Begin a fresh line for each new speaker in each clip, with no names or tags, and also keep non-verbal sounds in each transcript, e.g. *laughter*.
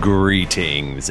Greetings,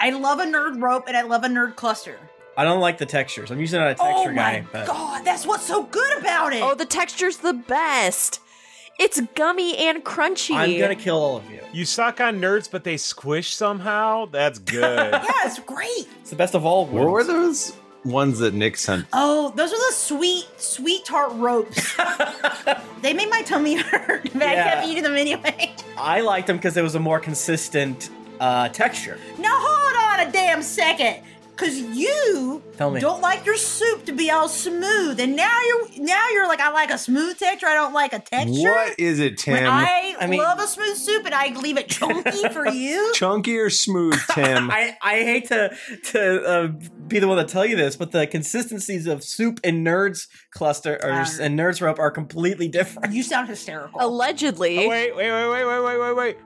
I love a nerd rope and I love a nerd cluster.
I don't like the textures. I'm usually not a texture
oh
guy,
my
but
god, that's what's so good about it!
Oh, the texture's the best. It's gummy and crunchy.
I'm gonna kill all of you.
You suck on nerds, but they squish somehow? That's
*laughs*
good.
yeah, it's great.
It's the best of all
What were
worlds.
those ones that Nick sent?
Oh, those are the sweet, sweet tart ropes.
*laughs*
they made my tummy hurt, *laughs* but I
Yeah.
kept eating them anyway. *laughs*
I liked them because there was a more consistent uh, texture.
Now hold on a damn second, cause you
Tell me.
don't like your soup to be all smooth, and now you're now you're like, I like a smooth texture. I don't like a texture.
What is it,
When
Tim?
I,
I mean-
love a smooth soup and I leave it chunky
*laughs*
for you.
Chunky or smooth, Tim?
I, I hate to to uh, be the one to tell you this, but the consistencies of soup and nerds cluster or,
Tired.
and nerds rope are completely different.
You sound hysterical.
Allegedly.
Oh,
wait, wait, wait, wait, wait, wait, wait, wait.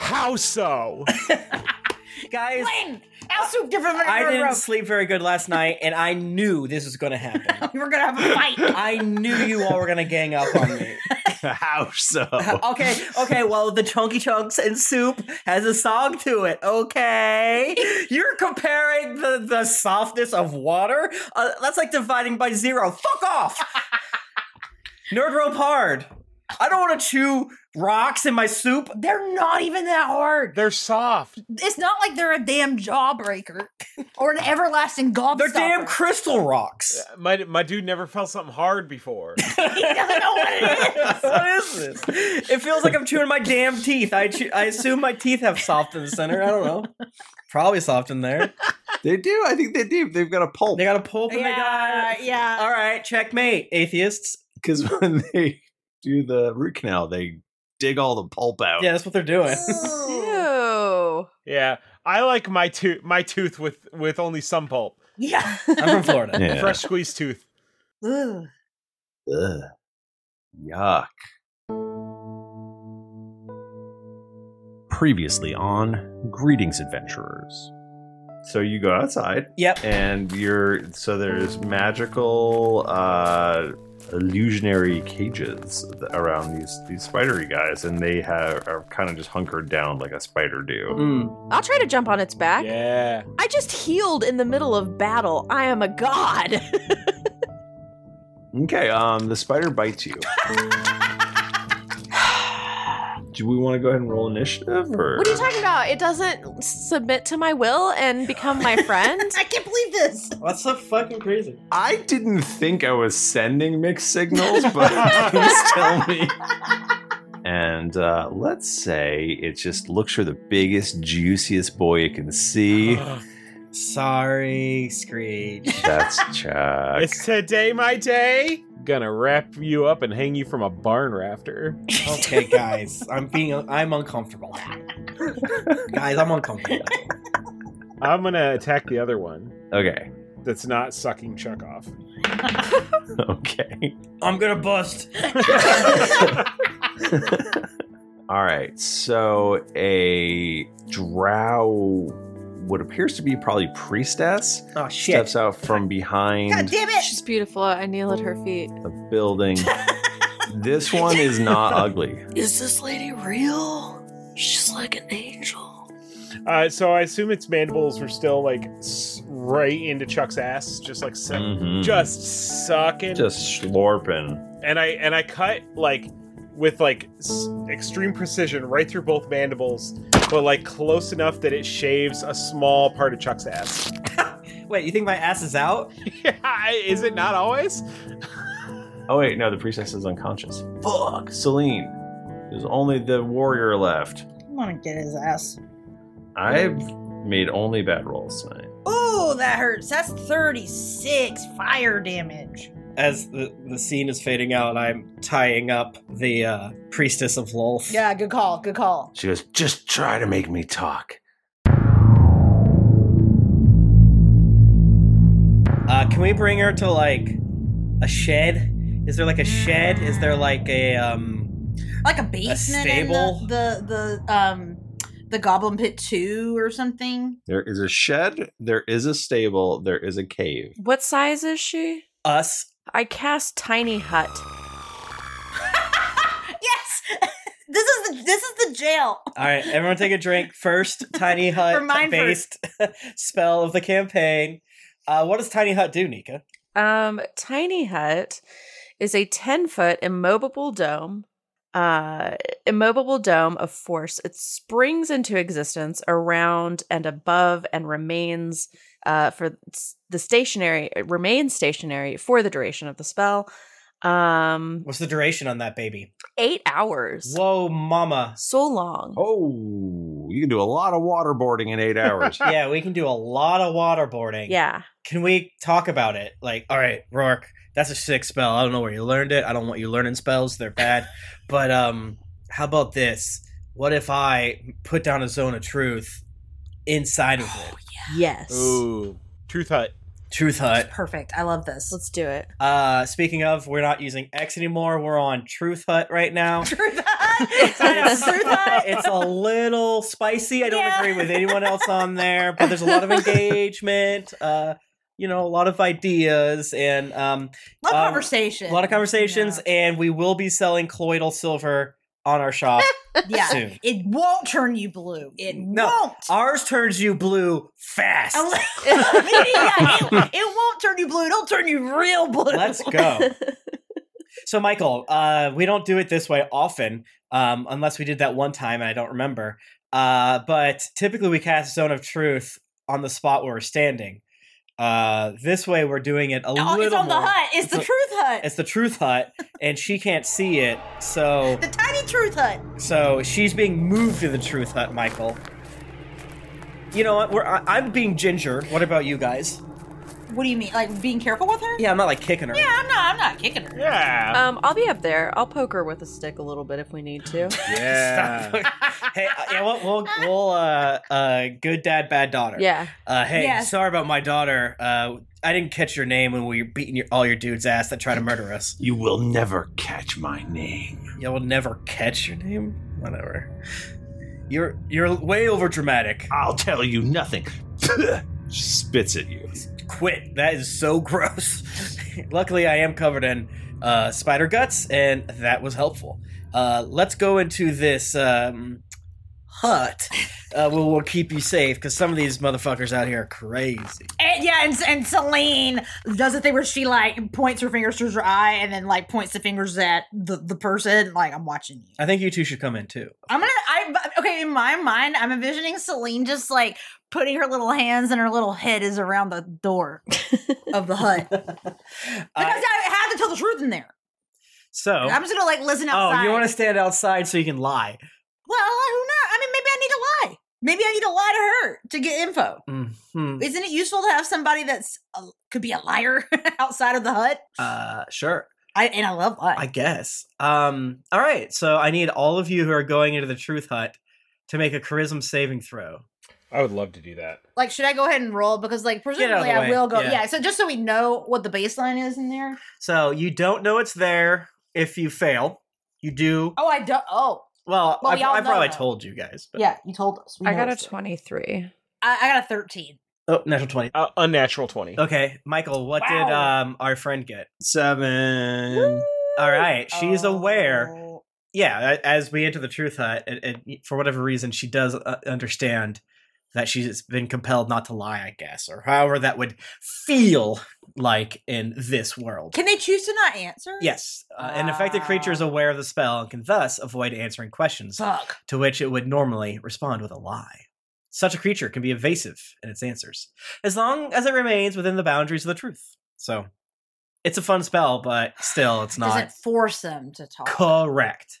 How so?
Guys,
Lynn, Our soup different from
I
your
didn't
rope.
sleep very good last night, and I knew this was going to happen.
We *laughs* were gonna have a fight.
*laughs* I knew you all were going to gang up on me.
*laughs* How so?
Uh, okay, okay. Well, the chunky chunks and soup has a song to it. Okay, you're comparing the the softness of water. Uh, that's like dividing by zero. Fuck off. Nerd rope hard. I don't want to chew rocks in my soup.
They're not even that hard.
They're soft.
It's not like they're a damn jawbreaker *laughs* or an everlasting gobstopper.
They're damn crystal rocks.
Uh, My, my dude never felt something hard before.
He doesn't know what it is.
what is this? It feels like I'm chewing my damn teeth. I chew, I assume my teeth have soft in the center. I don't know. Probably soft in there.
they do. I think they do. They've got a pulp
They got a pulp and they
*laughs*
got
yeah.
All right, checkmate, atheists.
because when they do the root canal, they dig all the pulp out.
*laughs* Yeah, that's what they're doing. *laughs*
Ew.
yeah, I like my, to- my tooth with, with only some pulp.
Yeah.
*laughs*
I'm from Florida.
Yeah.
Fresh squeezed tooth.
Ugh.
Ugh. Yuck. Previously on Greetings Adventurers. So you go outside
Yep.
and you're so there's magical uh illusionary cages th- around these these spidery guys and they have are kind of just hunkered down like a spider do.
Mm.
I'll try to jump on its back.
Yeah.
I just healed in the middle of battle. I am a god.
Okay, um the spider bites
*laughs*
you. do we want to go ahead and roll initiative or
what are you talking about? It doesn't submit to my will and become my *laughs* friend.
I can't believe this.
That's so fucking crazy.
I didn't think I was sending mixed signals, but *laughs* please tell me. And uh, let's say it just looks for the biggest, juiciest boy it can
*laughs*
see.
Sorry, Screech. *laughs*
That's Chuck.
It's today my day. Gonna wrap you up and hang you from a barn rafter.
Okay, guys, I'm being I'm uncomfortable. guys, I'm uncomfortable.
I'm gonna attack the other one
okay.
that's not sucking Chuck off.
*laughs* Okay.
I'm gonna
*laughs*
bust. *laughs*
All right. So a drow, what appears to be probably priestess,
Oh shit.
steps out from behind.
God damn it.
She's beautiful. I kneel at her feet.
a building.
*laughs*
this one is not ugly.
Is this lady real? She's like an angel.
Uh, so I assume its mandibles were still like s- right into Chuck's ass, just like su-
Mhm.
just sucking.
Just slurping.
and I and I cut like with like s- extreme precision right through both mandibles, but like close enough that it shaves a small part of Chuck's ass.
*laughs* Wait, you think my ass is
*laughs*
out?
Is it not always?
Oh wait, no, the priestess is unconscious. Fuck, Celine. There's only the warrior left.
I want to get his ass.
I've made only bad rolls tonight.
Ooh, that hurts. That's 36 fire damage.
As the, the scene is fading out, I'm tying up the uh, priestess of Lolf.
Yeah, good call. Good call.
She goes, just try to make me talk.
Uh, can we bring her to like a shed? Is there like a shed? Is there like a um?
like a basement
stable?
in the, the the um the goblin pit 2 or something
There is a shed, there is a stable, there is a cave.
What size is she?
Us?
I cast Tiny Hut.
yes *laughs* this is the this is the jail
All right, everyone, take a drink first. Tiny Hut
mine
based *laughs* spell of the campaign. Uh, what does Tiny Hut do, Nika?
Um, Tiny Hut is a 10 foot immovable dome. Uh, immovable dome of force. It springs into existence around and above and remains uh, for s- the stationary, it remains stationary for the duration of the spell. Um,
What's the duration on that baby?
eight hours.
Whoa, mama!
So long.
Oh, you can do a lot of waterboarding in eight hours.
*laughs* Yeah, we can do a lot of waterboarding.
Yeah.
can we talk about it? Like, all right, Rourke, that's a sick spell. I don't know where you learned it. I don't want you learning spells;
*laughs*
they're bad. but um, how about this? What if I put down a zone of truth inside of it?
Oh, Yes.
Ooh, truth hut.
Truth Hut.
perfect i love *laughs* this
Let's do it.
Uh, speaking of, we're not using X anymore. We're on Truth Hut right
*laughs*
now.
truth hut Sign up, truth hut
*laughs* it's a little spicy. I don't
Yeah.
agree with anyone else on there, but there's
*laughs*
a lot of engagement. Uh, you know, a lot of ideas, and um,
love
Um,
conversation
a lot of conversations, and we will be selling colloidal silver on
*laughs*
our shop
yeah, Yeah.
soon.
it won't turn you blue it
No.
won't
Ours turns you blue fast.
Unless-
*laughs*
*laughs* yeah, it, it won't turn you blue it'll turn you real blue *laughs*
Let's go. So, Michael, uh, we don't do it this way often, um, unless we did that one time and I don't remember. Uh, but typically, we cast Zone of Truth on the spot where we're standing. Uh, this way, we're doing it a
Oh,
little
it's on the
more-
hut it's,
It's
the
a-
truth hut
It's the Truth Hut, and she can't see it, so
the tiny truth hut
So she's being moved to the truth hut, Michael. You know what? We're, I, I'm being ginger. What about you guys?
what do you mean like being careful with her
Yeah, I'm not like kicking her.
yeah i'm not i'm not kicking her
Yeah.
Um, I'll be up there. I'll poke her with a stick a little bit if we need to.
Yeah.
*laughs* hey, uh, yeah, we'll, we'll, we'll uh, uh, good dad, bad daughter.
yeah.
Uh, hey,
Yes.
sorry about my daughter. Uh, I didn't catch your name when we were beating your, all your dudes' ass that try to murder us.
You will never catch my name.
You will never catch your name. Whatever. You're you're way over dramatic.
I'll tell you nothing. *laughs* she spits at you.
quit. That is so *laughs* gross. Luckily, I am covered in uh, spider guts, and that was helpful. Uh, let's go into this um, hut. Uh, we'll, we'll keep you safe because some of these motherfuckers out here are crazy.
And, yeah, and, and Celine does the thing where she like points her fingers towards her eye and then like points the fingers at the, the person. Like I'm watching you.
I think you two should come in too.
I'm gonna. I okay. In my mind, I'm envisioning Celine just like putting her little hands and her little head is around the door of the
*laughs*
hut because
Uh,
I have to tell the truth in there.
so,
I'm just gonna like listen outside.
oh, you want to stand outside so you can lie?
Well, who knows? I mean, maybe I need to lie. Maybe I need to lie to her to get info.
hmm
Isn't it useful to have somebody that's a, could be a liar *laughs* outside of the hut?
Uh, sure.
I and I love lies.
I guess. Um, all right. So I need all of you who are going into the truth hut to make a charisma saving throw.
I would love to do that.
Like, should I go ahead and roll? Because like presumably
the
I
way.
will go.
Yeah.
Yeah. So just so we know what the baseline is in there.
So you don't know it's there if you fail. You do.
Oh, I don't. Oh,
Well,
Well,
I,
we all
I probably
know.
told you guys. But.
yeah. You told us. We
I
know
got a
it's there.
23.
I, I got a thirteen.
Oh, natural 20.
Uh, unnatural 20.
Okay, Michael, what did
Wow.
um our friend get?
Seven.
All right, she's aware.
Oh.
Yeah, a- as we enter the truth hut, it, it, for whatever reason, she does uh, understand that she's been compelled not to lie, I guess, or however that would feel like in this world.
Can they choose to not answer?
Yes, uh, an affected creature is
Ah.
aware of the spell and can thus avoid answering questions
Fuck.
to which it would normally respond with a lie. Such a creature can be evasive in its answers, as long as it remains within the boundaries of the truth. So, it's a fun spell, but still, it's not
Doesn't force them to talk.
correct.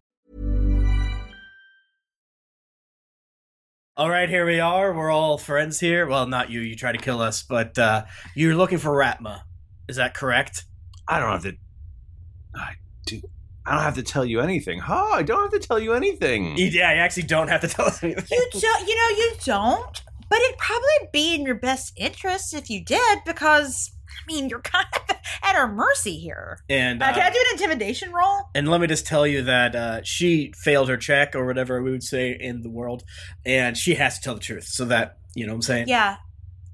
All right, here we are. We're all friends here. Well, not you. You try to kill us, but uh, you're looking for Ratma. Is that correct?
I don't have to. I do. I don't have to tell you anything. Oh, I don't have to tell you anything.
Yeah, you actually don't have to tell us anything.
You don't. You know, you don't. But it'd probably be in your best interest if you did, because I mean, you're *laughs* kind of at our mercy here.
And
Uh,
uh,
can I do an intimidation roll?
And let me just tell you that uh, she failed her check or whatever we would say in the world, and she has to tell the truth. So that you know what I'm saying.
Yeah.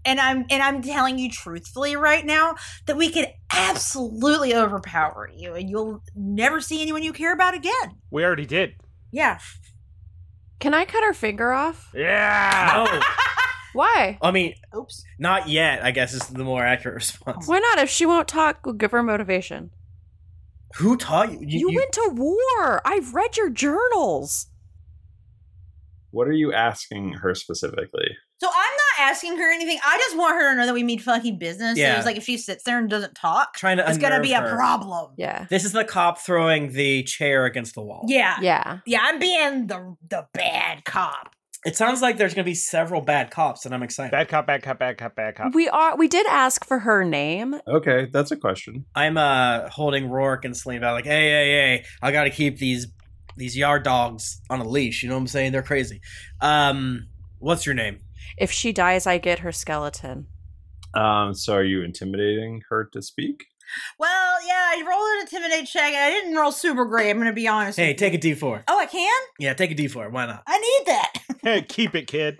And I'm and I'm telling you truthfully right now that we could absolutely overpower you, and you'll never see anyone you care about again.
We already did.
Yeah.
Can I cut her finger off?
Yeah.
Why?
I mean, oops, not yet. I guess is the more accurate response.
Why not? If she won't talk, we'll give her motivation.
Who taught you?
You, went to war. I've read your journals.
What are you asking her specifically?
So I'm not asking her anything. I just want her to know that we mean fucking business.
Yeah.
So it's like if she sits there and doesn't talk,
Trying to
it's gonna
unnerve
be a
her.
problem.
Yeah.
This is the cop throwing the chair against the wall.
Yeah.
Yeah.
Yeah, I'm being the the bad cop.
It sounds like there's going to be several bad cops, and I'm excited.
Bad cop, bad cop, bad cop, bad cop.
We are. We did ask for her name.
Okay, that's a question.
I'm uh holding Rourke and Slim out like, hey, hey, hey, I gotta keep these these yard dogs on a leash. You know what I'm saying? They're crazy. Um, what's your name?
If she dies, I get her skeleton.
Um, so are you intimidating her to speak?
Well, yeah, I rolled an intimidate check, and I didn't roll super great. I'm gonna be honest.
Hey,
with
take a D4.
you. oh, I can.
Yeah, take a D4. Why
*laughs*
not?
I need
*laughs*
that.
Keep it, kid.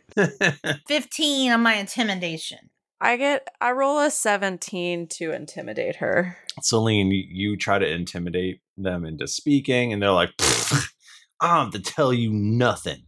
15 on my intimidation.
I get. I roll a seventeen to intimidate her.
Celine, you, you try to intimidate them into speaking, and they're like, *laughs* "Pfft, I don't have to tell you nothing.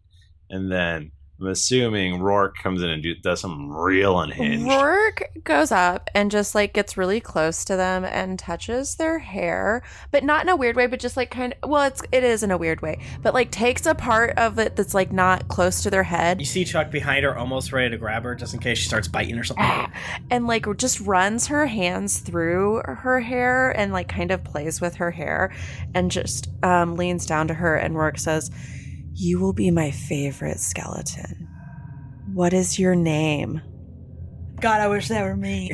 And then I'm assuming Rourke comes in and do, does some real unhinged.
Rourke goes up and just like gets really close to them and touches their hair, but not in a weird way, but just like kind of well, it's it is in a weird way, but like takes a part of it that's like not close to their head
You see Chuck behind her, almost ready to grab her, just in case she starts biting
*laughs*
or something.
and like just runs her hands through her hair and like kind of plays with her hair and just um, leans down to her and Rourke says, "You will be my favorite skeleton. What is your name?"
God, I wish that were
*laughs*
me.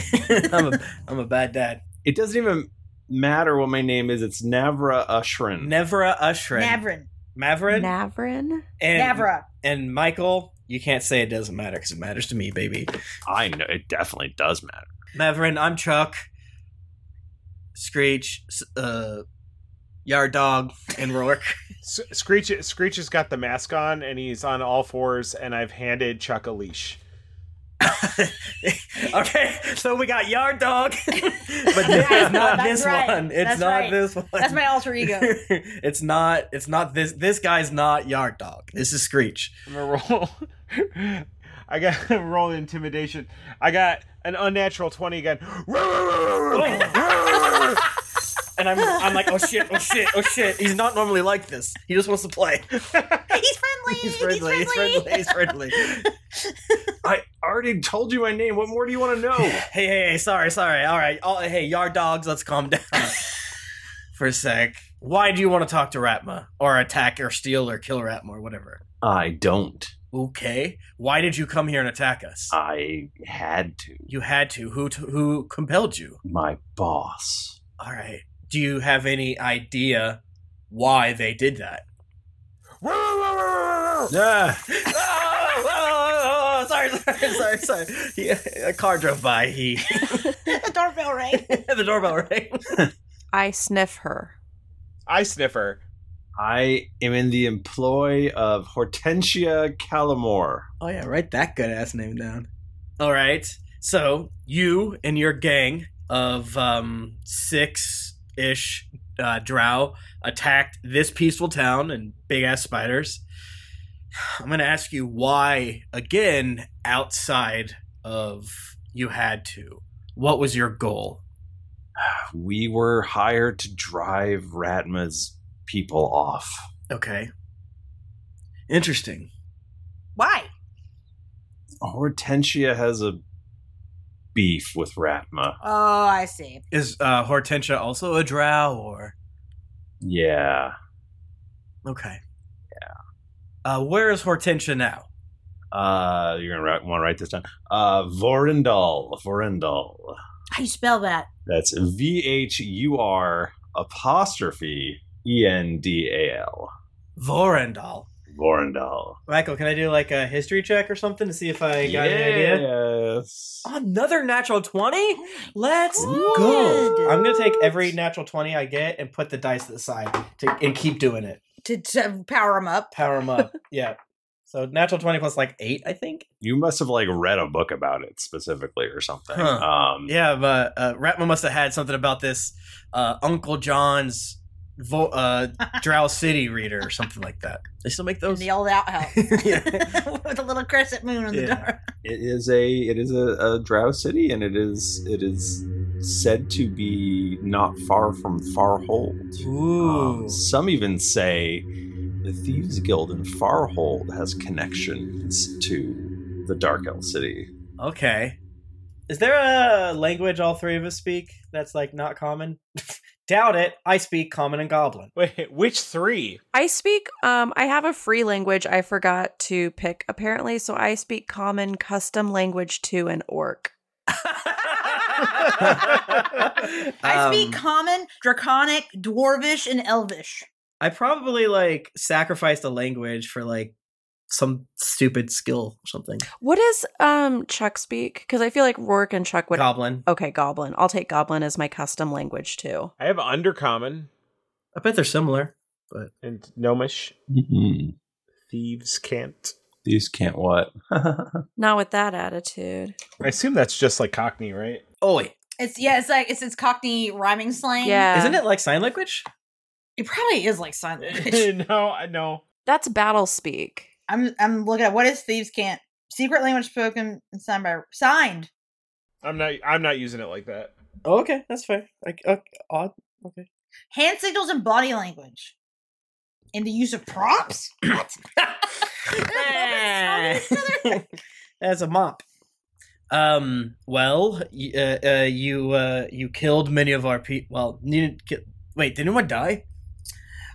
I'm, a, I'm a bad dad.
It doesn't even matter what my name is. It's Navra Ushrin.
Nevra Ushrin.
Navrin.
Maverin.
Navrin.
and,
Navra.
And Michael, you can't say it doesn't matter because it matters to me, baby.
I know it definitely does matter.
Maverin, I'm Chuck. Screech, s- uh, Yard Dog, and Rourke. *laughs*
S- Screech, Screech has got the mask on and he's on all fours, and I've handed Chuck a leash.
*laughs* okay, so we got Yard Dog, *laughs* but this is not
That's
this
right.
one. It's
That's
not
right.
this one.
That's my alter
*laughs*
ego.
it's not. It's not this. This guy's not Yard Dog. This is Screech.
I'm gonna roll. *laughs* I got *laughs* a roll intimidation. I got an unnatural twenty again. *laughs*
And I'm, I'm like, oh shit, oh shit, oh shit. He's not normally like this. He just wants
*laughs*
to play.
He's
friendly. He's friendly. He's
*laughs*
friendly. I already told you my name. What more do you want to know? *sighs* hey, hey, hey, sorry, sorry. All right. All, hey, yard dogs, let's
*laughs*
calm down for a sec. Why do you want to talk to Ratma or attack or steal or kill Ratma or whatever?
I don't.
Okay. Why did you come here and attack us?
I had to.
You had to. Who t- who compelled you?
My boss.
All right. Do you have any idea why they did that?
Ah.
*laughs*
Yeah.
oh, oh, sorry, sorry, sorry, sorry. He, a car drove by. He *laughs*
the doorbell rang.
the doorbell rang.
*laughs* I sniff her.
I sniffer.
I am in the employ of Hortensia Calamore.
Oh yeah, write that good ass name down. All right. So you and your gang of um, six ish uh, drow attacked this peaceful town and big ass spiders. I'm gonna ask you why again outside of you had to. What was your goal?
*sighs* We were hired to drive Ratma's people off.
Okay. Interesting.
Why?
Hortensia has a beef with Ratma.
Oh, I see.
Is uh, Hortensia also a drow or
Yeah.
okay? Yeah. Uh, where is Hortensia now?
Uh, you're gonna want to write this down. Uh, Vorindal. Vorindal.
How you spell
*laughs*
that?
That's V H U R apostrophe E N D A L.
Vorendal.
Vorindal.
Michael, can I do like a history check or something to see if I got any idea?
Yes.
*laughs* Another natural 20? Let's
go.
I'm going to take every natural 20 I get and put the dice to the side to, and keep doing it.
To, to power him up.
Power them up. yeah. So natural 20 plus like 8, I think.
You must have like read a book about it specifically or something.
Huh.
Um,
Yeah, but uh, Ratma must have had something about this uh, Uncle John's
*laughs*
vo- uh, Drow City reader or something like that. They still make
In
those?
the old outhouse with a little crescent moon on the
Yeah.
door.
it is a it is a, a drow city and it is it is said to be not far from Farhold. Um, some even say the Thieves Guild in Farhold has connections to the Dark Elf City.
Okay. Is there a language all three of us speak that's like not common? *laughs* Doubt it. I speak common and goblin.
Wait, which three?
I speak, um, I have a free language I forgot to pick apparently, so I speak common custom language to an orc.
I speak
Um,
common, draconic, dwarvish, and elvish.
I probably like sacrificed a language for like some stupid skill or something.
What is um Chuck speak? Because I feel like Rourke and Chuck would
Goblin.
Okay, Goblin. I'll take Goblin as my custom language too.
I have undercommon
I bet they're similar, but
and gnomish.
Mm-hmm.
Thieves can't.
Thieves can't what?
Not with that attitude.
I assume that's just like Cockney, right?
Oh wait,
It's yeah, it's like it's it's Cockney rhyming slang.
Yeah.
isn't it like sign language?
It probably is like sign language.
*laughs*
no, I know.
That's battle speak.
I'm I'm looking at what is thieves can't secret language spoken and signed by signed.
I'm not. I'm not using it like that.
Oh, okay, that's fair. Like okay, odd. Okay.
Hand signals and body language. And the use of props? What?
Oh,
*laughs*
As a mop. Um. Well, y- uh, uh, you uh, you killed many of our people. Well, you didn't ki- wait. Did anyone die?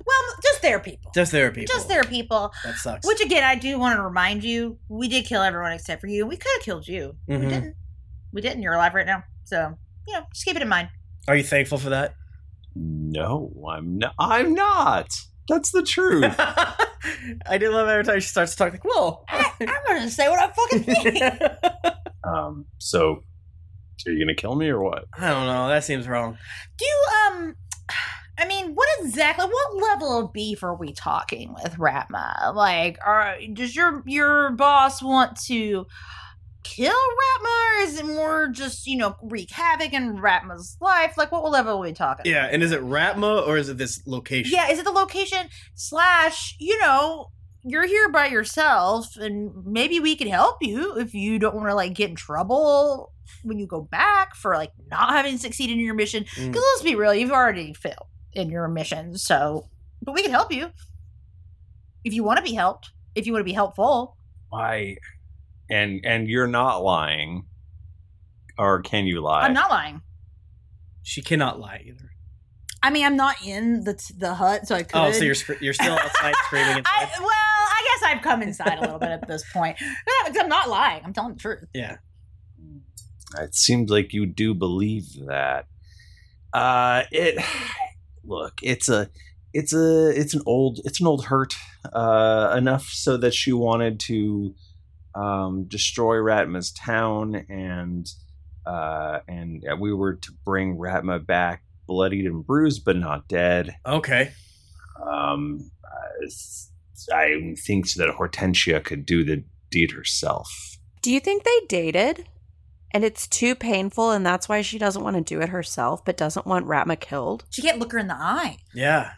well, just their people.
Just their people.
Just their people.
That sucks.
Which again, I do want to remind you, we did kill everyone except for you. We could have killed you. We
Mhm.
didn't. We didn't. You're alive right now. So, you know, just keep it in mind.
Are you thankful for that?
no, I'm not. I'm not. That's the truth.
*laughs* I do love every time she starts to talk like, "Well,
I'm going to say what I fucking
*laughs*
think.
um, so, are you gonna kill me or what?
I don't know. That seems wrong."
Do you, um, I mean, what exactly, what level of beef are we talking with Ratma? Like, are, does your your boss want to kill Ratma? Or is it more just, you know, wreak havoc in Ratma's life? Like, what level are we talking?
Yeah, and is it Ratma or is it this location?
Yeah, is it the location slash, you know, you're here by yourself and maybe we can help you if you don't want to like get in trouble when you go back for like not having succeeded in your mission. Because
Mm.
let's be real, you've already failed in your mission. So, but we can help you if you want to be helped, if you want to be helpful.
Why? And and you're not lying, or can you lie?
I'm not lying.
She cannot lie either.
I mean, I'm not in the t- the hut, so I could.
Oh, so you're sc- you're
*laughs*
still outside screaming. And-
I, well, I guess I've come inside a little bit at this point. *laughs* I'm not lying. I'm telling the truth.
yeah.
It seems like you do believe that. Uh, it *sighs* look, it's a, it's a, it's an old, it's an old hurt. Uh, enough so that she wanted to, um, destroy Ratma's town, and, uh, and we were to bring Ratma back, bloodied and bruised, but not dead.
Okay.
Um, uh, s- I think that Hortensia could do the deed herself.
Do you think they dated? And it's too painful, and that's why she doesn't want to do it herself, but doesn't want Ratma killed.
She can't look her in the eye.
Yeah.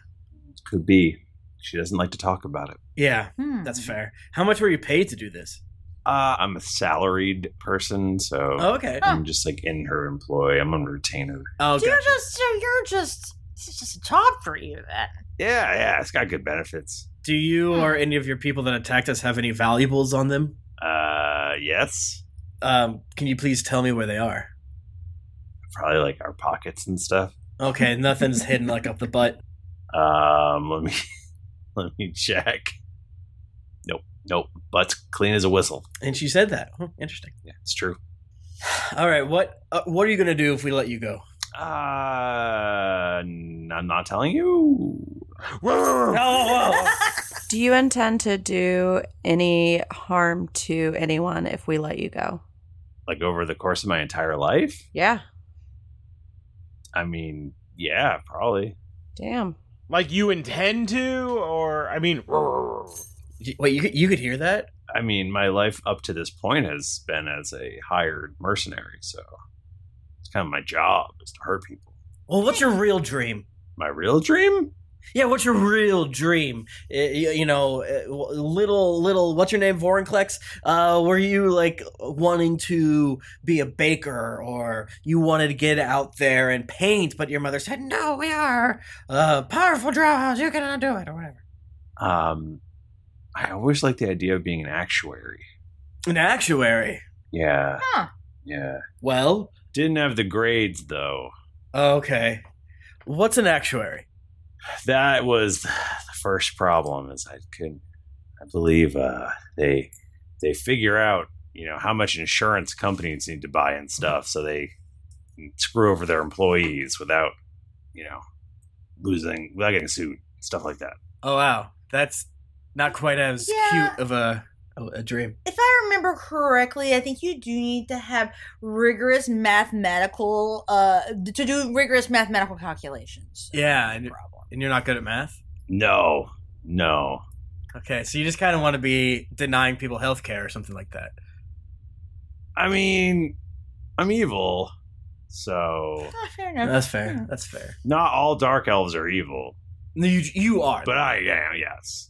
Could be. She doesn't like to talk about it.
Yeah.
Hmm.
That's fair. How much were you paid to do this?
Uh, I'm a salaried person, so
Oh, okay.
I'm just like in her employ. I'm on retainer.
Oh,
you're just so you're just it's just a job for you then.
Yeah, yeah, it's got good benefits.
Do you or any of your people that attacked us have any valuables on them?
Uh, yes.
Um, can you please tell me where they are?
Probably like our pockets and stuff.
Okay, nothing's hidden like up the butt.
Um, let me *laughs* let me check. Nope, nope. Butt's clean as a whistle.
And she said that. Huh, interesting.
Yeah, it's true.
All right, what uh, what are you gonna do if we let you go?
Uh, n- I'm not telling you.
Do you intend to do any harm to anyone if we let you go?
Like over the course of my entire life.
Yeah.
I mean, yeah, probably.
Damn.
Like you intend to, or I mean,
wait, you could, you could hear that?
I mean, my life up to this point has been as a hired mercenary, so it's kind of my job is to hurt people.
Well, what's your real dream?
My real dream?
Yeah, what's your real dream? Uh, You, you know, uh, w- little little what's your name, Vorinclex? Uh, were you like wanting to be a baker, or you wanted to get out there and paint, but your mother said no, we are uh, powerful draws, you cannot do it, or whatever.
Um, I always like the idea of being an actuary.
An actuary.
Yeah,
Huh.
yeah.
Well,
didn't have the grades though.
Okay, what's an actuary?
That was *sighs* the first problem. Is I couldn't. I believe uh, they they figure out you know how much insurance companies need to buy and stuff, so they can screw over their employees without you know losing without getting sued, stuff like that.
Oh wow, that's not quite as
Yeah.
cute of a a dream.
If I remember correctly, I think you do need to have rigorous mathematical uh to do rigorous mathematical calculations.
Yeah, and, and you're not good at math.
No, no.
Okay, so you just kind of want to be denying people health care or something like that.
I mean, I'm evil, so
Ah, fair enough. Hmm.
That's fair. That's fair.
not all dark elves are evil.
No, you you are.
But I am. Yes.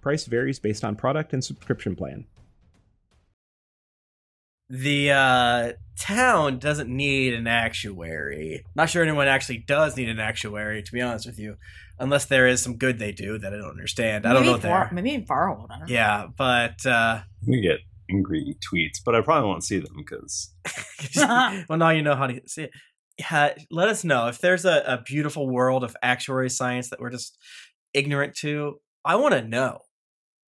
Price varies based on product and subscription plan.
The uh, town doesn't need an actuary. Not sure anyone actually does need an actuary, to be honest with you, unless there is some good they do that I don't understand. I don't
maybe
know what they
Far-
are.
Maybe in Farhold. I don't know.
Yeah, but uh,
We get angry tweets, but I probably won't see them because
well, now you know how to see it. Ha- let us know if there's a, a beautiful world of actuary science that we're just ignorant to. I want to know.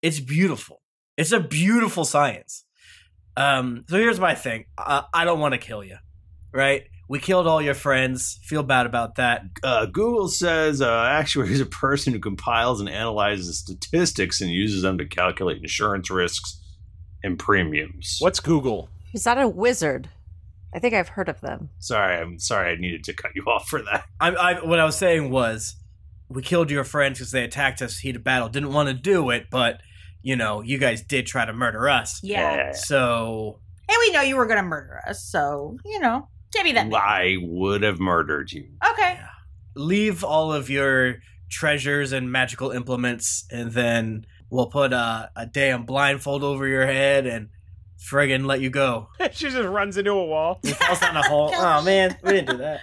It's beautiful. It's a beautiful science. Um, so here's my thing. I, I don't want to kill you, right? We killed all your friends. Feel bad about that.
uh, Google says uh, actuary is a person who compiles and analyzes statistics and uses them to calculate insurance risks and premiums.
What's Google?
Is that a wizard? I think I've heard of them.
Sorry, I'm sorry. I needed to cut you off
*laughs*
for that.
I, I, what I was saying was, we killed your friends because they attacked us heat of battle. Didn't want to do it, but you know, you guys did try to murder us.
Yeah. Yeah.
So
And we know you were going to murder us, so, you know, can't be that.
I would have murdered you.
Okay.
leave all of your treasures and magical implements, and then we'll put a, a damn blindfold over your head and friggin' let you go.
*laughs* she just runs into a wall.
Falls down a
*laughs*
hole. oh man, we didn't do that.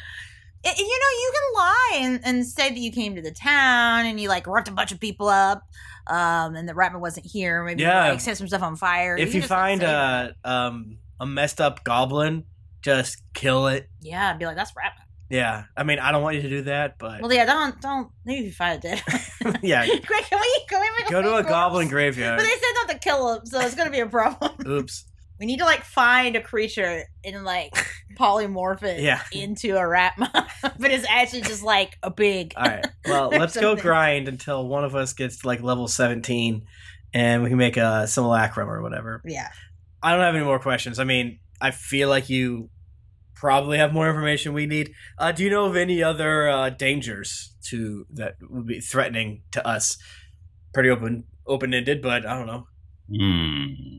And, you know, you can lie and, and say that you came to the town and you like roughed a bunch of people up, um, and the rabbit wasn't here. Maybe
Yeah.
you like set some stuff on fire.
If
can
you
just, like,
find
say-
a um a messed up goblin, just kill it.
yeah, and be like, that's rabbit.
Yeah, I mean, I don't want you to do that, but
Well, yeah, don't don't maybe if you find it.
*laughs*
*laughs*
yeah,
Quick, can we can we make
go to a
fake corpse?
goblin
But
graveyard.
they said not to kill him, so it's gonna be a problem. *laughs*
Oops.
We need to like find a creature and
*laughs*
like polymorph it
Yeah.
into a rat mom, *laughs* but it's actually just like a big.
All right.
*laughs*
Well,
There's
let's go
something.
grind until one of us gets to like level 17 and we can make a simulacrum or whatever.
Yeah.
I don't have any more questions. I mean, I feel like you probably have more information we need. Uh, do you know of any other uh, dangers to that would be threatening to us? Pretty open open ended, but I don't know.
Hmm.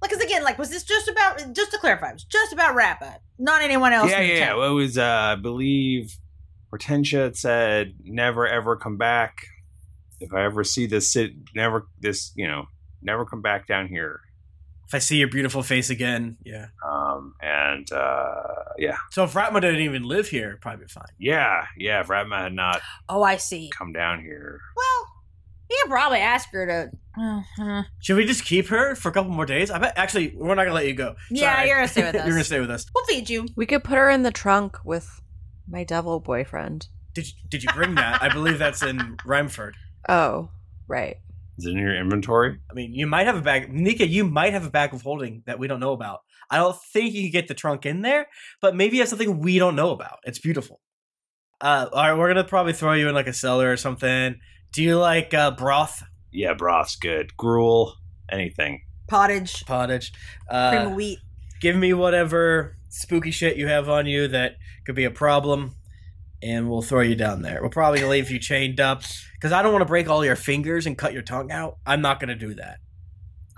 Like, cause again, like, was this just about? Just to clarify, it was just about Rappa, not anyone else.
Yeah,
in the
yeah, yeah.
town.
Well, It was, uh, I believe, Hortensia had said, "Never ever come back. If I ever see this, sit never this, you know, never come back down here."
If I see your beautiful face again, yeah.
Um, and uh, yeah,
So if Ratma didn't even live here, it'd probably be fine.
yeah, yeah. If Ratma had not
Oh, I see.
come down here,
You can probably ask her to. Oh, huh.
Should we just keep her for a couple more days? I bet actually we're not gonna let you go.
Yeah,
Sorry.
you're gonna
*laughs*
stay with us.
you're gonna stay with us.
We'll feed you.
We could put her in the trunk with my devil boyfriend.
Did did you bring that? I believe that's in Rhymeford.
Oh, right.
is it in your inventory?
I mean, you might have a bag, Nika. You might have a bag of holding that we don't know about. I don't think you can get the trunk in there, but maybe you have something we don't know about. It's beautiful. Uh, all right, we're gonna probably throw you in like a cellar or something. Do you like uh, broth?
Yeah, broth's good. Gruel, anything.
Pottage,
pottage, uh,
cream of wheat.
give me whatever spooky shit you have on you that could be a problem and we'll throw you down there we'll probably leave you chained up because i don't want to break all your fingers and cut your tongue out i'm not going to do that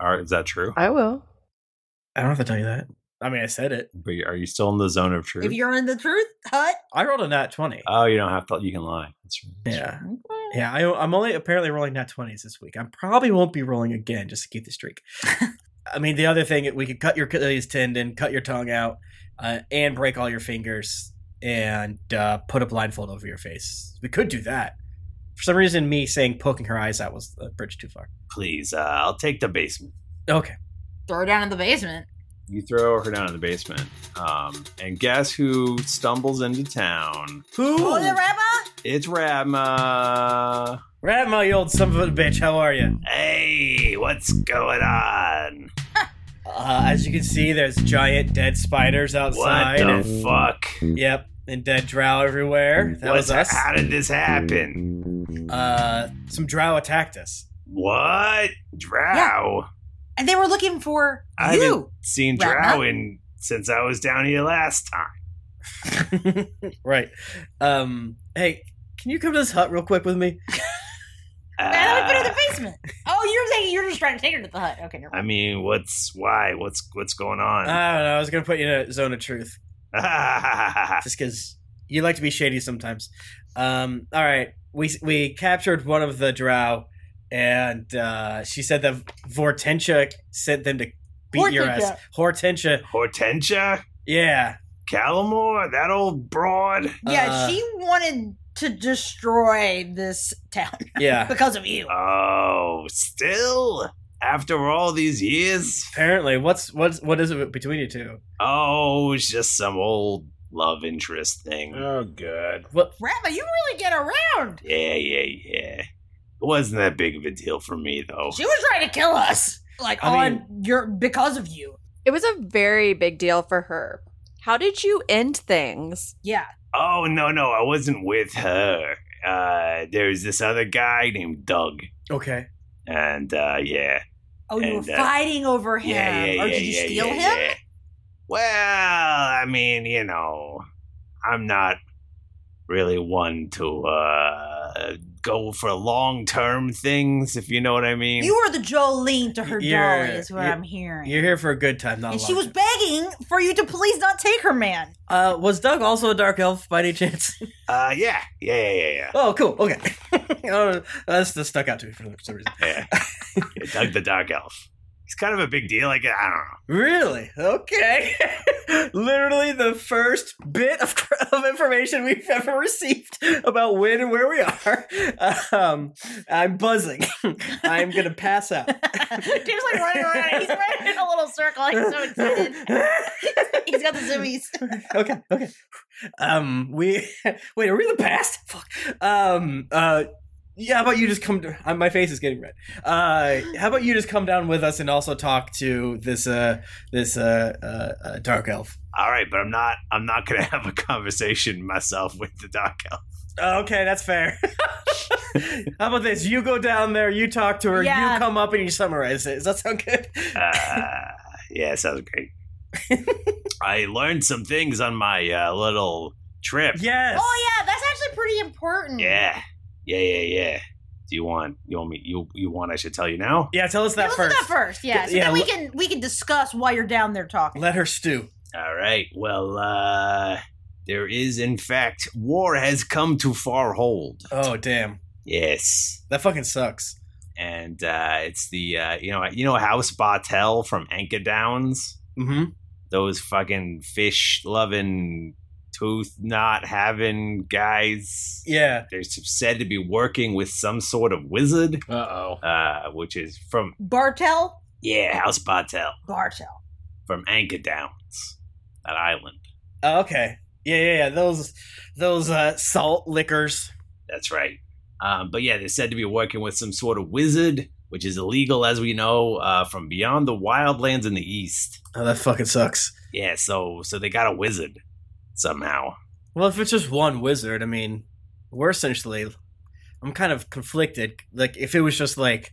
All right, is that true?
I will.
i don't have to tell you that i mean i said it
But are you still in the zone of truth?
If you're in the truth hut,
i rolled a nat 20
oh, you don't have to. You can lie. That's right.
yeah yeah I, i'm only apparently rolling nat 20s this week i probably won't be rolling again just to keep
*laughs*
the streak i mean the other thing we could cut your achilles tendon cut your tongue out uh, and break all your fingers and uh, put a blindfold over your face we could do that for some reason me saying poking her eyes out was a bridge too far
Please, uh, I'll take the basement.
okay
throw her down in the basement.
You throw her down in the basement, um, and guess who stumbles into town?
Who?
Oh, the Rappa.
It's Radma.
Radma, you old son of a bitch, how are you?
Hey, what's going on?
*laughs* Uh, as you can see, there's giant dead spiders outside.
the
and-
fuck?
Yep, and dead drow everywhere. That
What's-
was us.
How did this happen?
Uh, some drow attacked us.
What? Drow?
And they were looking for
I
you.
haven't seen Drow
Ratma?
in since I was down here last time.
Right. Um, hey, can you come to this hut real quick with me?
Man, let me put her in the
*laughs*
basement. Oh, you're thinking you're just trying to take her to the hut. Okay, never
I
mind.
mean, what's why? What's what's going
I
on?
don't know. I was going to put you in a zone
*laughs*
of truth. Just because you like to be shady sometimes. Um, all right. We, we captured one of the drow, and uh, she said that Vortentia sent them to beat your ass.
Hortensia.
Hortensia.
Hortensia?
Yeah. Uh,
Callamore, that old broad.
yeah, she wanted to destroy this town. *laughs*
Yeah.
because of you.
Oh, still? After all these years?
Apparently, what's what's what is it between you two?
Oh, it's just some old love interest thing. Oh, good.
What?
Rappa, you really get around.
Yeah, yeah, yeah. It wasn't that big of a deal for me though.
She was trying to kill us. Like
I
on your because of you.
It was a very big deal for her. How did you end things?
Yeah.
Oh no, no, I wasn't with her. Uh, there's this other guy named Doug,
Okay.
and uh, yeah.
Oh, you
And,
were
uh,
fighting over him.
Yeah, yeah,
or
yeah,
did you
yeah,
steal
yeah,
him?
yeah. Well, I mean, you know, I'm not really one to uh, go for long term things, if you know what I mean.
You are the Jolene to her
You're-
dolly, is what
you're-
I'm hearing.
You're here for a good time, not
and
a
she
long
was begging for you to please not take her man. *laughs*
Uh, was Doug also a dark elf by any chance? *laughs*
Uh, yeah, yeah, yeah, yeah. yeah.
Oh, cool. Okay, *laughs* Oh, that's just stuck out to me for some reason.
*laughs*
Yeah. Doug the Dark Elf. It's kind of a big deal. I guess. I don't know.
Really? Okay. *laughs* Literally the first bit of, *laughs* of information we've ever received about when and where we are. *laughs* Um, I'm buzzing. *laughs* I'm gonna pass out.
Dave's like running around. He's running in a little circle. He's so excited. He's got the zoomies.
okay, okay. Um, we *laughs* wait. Are we in the past? *laughs* Fuck. Um. Uh. Yeah. How about you just come? To, uh, my face is getting red. Uh. How about you just come down with us and also talk to this uh this uh, uh, uh dark elf.
All right, but I'm not. I'm not gonna *laughs* have a conversation myself with the Dark Elf.
Oh, Okay, that's fair. *laughs* How about this? You go down there, you talk to her,
Yeah.
you come up and you summarize it. Does that sound good?
Uh, yeah, sounds great. I learned some things on my uh, little trip.
Yes.
Oh yeah, that's actually pretty important.
Yeah. Yeah. Yeah. Yeah. Do you want? You want me? You you want? I should tell you now.
Yeah. Tell us
Let's do that first, yeah. So
Yeah,
then we
let-
can we can discuss while you're down there talking.
Let her stew.
All right. Well, uh, there is, in fact, war has come to Farhold.
Oh damn.
Yes.
That fucking sucks.
And uh, it's the uh, you know you know House Bartel from Anchor Downs.
Mm-hmm.
Those fucking fish loving, tooth not having guys.
Yeah.
They're said to be working with some sort of wizard.
Uh-oh.
Uh, which is from
Bartel,
yeah House Bartel
Bartel.
from Anchor Downs, that island.
Oh, okay. Yeah, yeah, yeah. Those those uh, salt liquors.
That's right. Um, but yeah, they're said to be working with some sort of wizard, which is illegal, as we know, uh, from beyond the wildlands in the east.
Oh, that fucking sucks.
Yeah, so so they got a wizard somehow.
Well, if it's just one wizard, I mean, we're essentially. I'm kind of conflicted. Like, if it was just like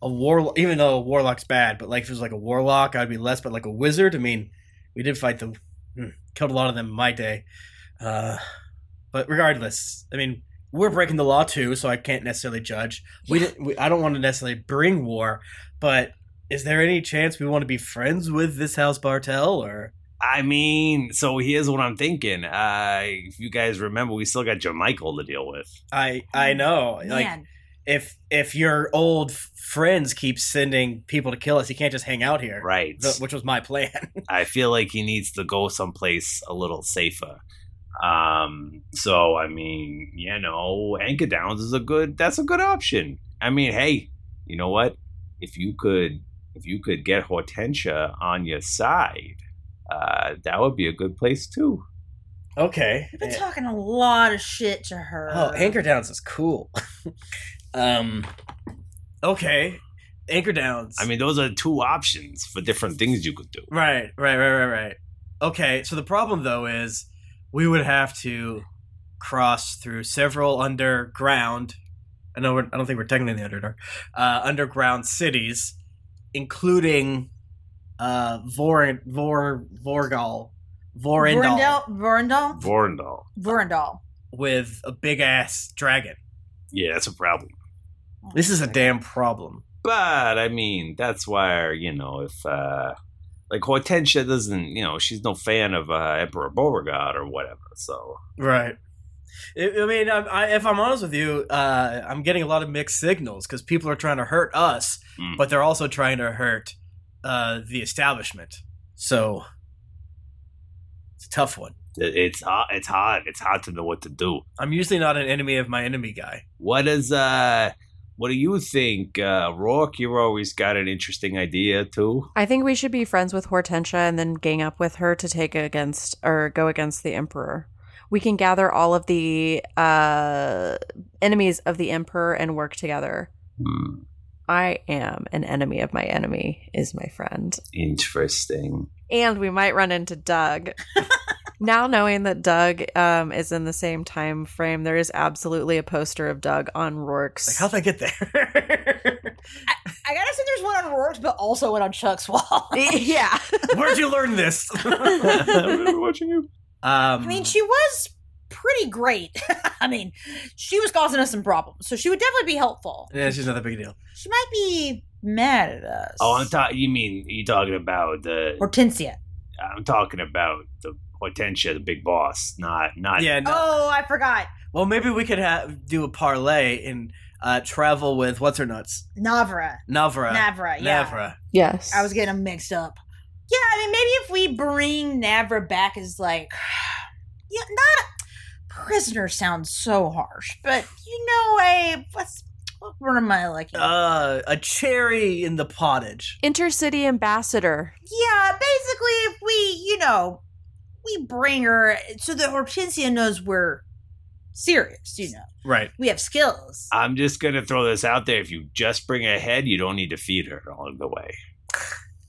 a warlock, even though a warlock's bad, but like if it was like a warlock, I'd be less. But like a wizard, I mean, we did fight the. hmm, Killed a lot of them in my day. Uh, but regardless, I mean, we're breaking the law too, so I can't necessarily judge. We didn't. We, I don't want to necessarily bring war, but is there any chance we want to be friends with this House Bartel or?
I mean, so here's what I'm thinking. Uh, if you guys remember, we still got Jermichael to deal with.
I I know. Like
Man.
if if your old f- friends keep sending people to kill us, you can't just hang out here.
Right.
Th- which was my plan. *laughs*
I feel like he needs to go someplace a little safer. Um, so I mean, you know, Anchor Downs is a good that's a good option. I mean, hey, you know what? If you could if you could get Hortensia on your side, uh, that would be a good place too.
okay.
I've been talking a lot of shit to her.
Oh, Anchor Downs is cool. *laughs* um Okay. Anchor Downs.
I mean, those are two options for different things you could do.
Right, right, right, right, right. Okay, so the problem though is we would have to cross through several underground. I know we're, I don't think we're technically in the underdark. Uh, underground cities, including uh, Vor Vor Vorgal Vorindal
Vorindal, Vorindal,
Vorndal.
Vorindal.
with a big ass dragon.
Yeah, that's a problem.
This is a damn problem.
But I mean, that's why you know if uh, like Hortensia doesn't, you know, she's no fan of uh, Emperor Beauregard or whatever. So
Right. I I mean, I, I, if I'm honest with you, uh, I'm getting a lot of mixed signals because people are trying to hurt us,
Mm.
but they're also trying to hurt uh, the establishment. So it's a tough one.
it- it's hot. It's hot. It's hard to know what to do.
I'm usually not an enemy of my enemy guy.
What does uh, what do you think, uh, Rourke? You've always got an interesting idea too.
I think we should be friends with Hortensia and then gang up with her to take against or go against the Emperor. We can gather all of the uh, enemies of the Emperor and work together. I am an enemy of my enemy, is my friend.
Interesting.
And we might run into *laughs* Doug. now, knowing that Doug um, is in the same time frame, there is absolutely a poster of Doug on Rourke's. Like,
how'd I get there?
I gotta say, there's one on Rourke's, but also one on Chuck's wall.
yeah.
*laughs*
Where'd you learn this? *laughs*
watching you.
Um,
I mean, she was pretty pretty great. *laughs* I mean, she was causing us some problems, so she would definitely be helpful.
Yeah, she's not that big a deal.
She might be mad at us.
Oh, I'm talking. You mean you talking about the?
Hortensia.
I'm talking about the Hortensia, the big boss, not not.
Yeah, no.
Oh, I forgot.
Well, maybe we could have do a parlay and uh, travel with what's her nuts,
Navra.
Navra,
Navra, yeah.
Navra.
Yes.
I was getting them mixed up. Yeah, I mean, maybe if we bring Navra back as like, yeah, not prisoner sounds so harsh, but you know, a what's what word am I liking?
Uh, a cherry in the pottage.
Intercity ambassador.
Yeah, basically, if we, you know, we bring her so that Hortensia knows we're serious. You know,
Right.
we have skills.
I'm just gonna throw this out there. If you just bring a head, you don't need to feed her along the way.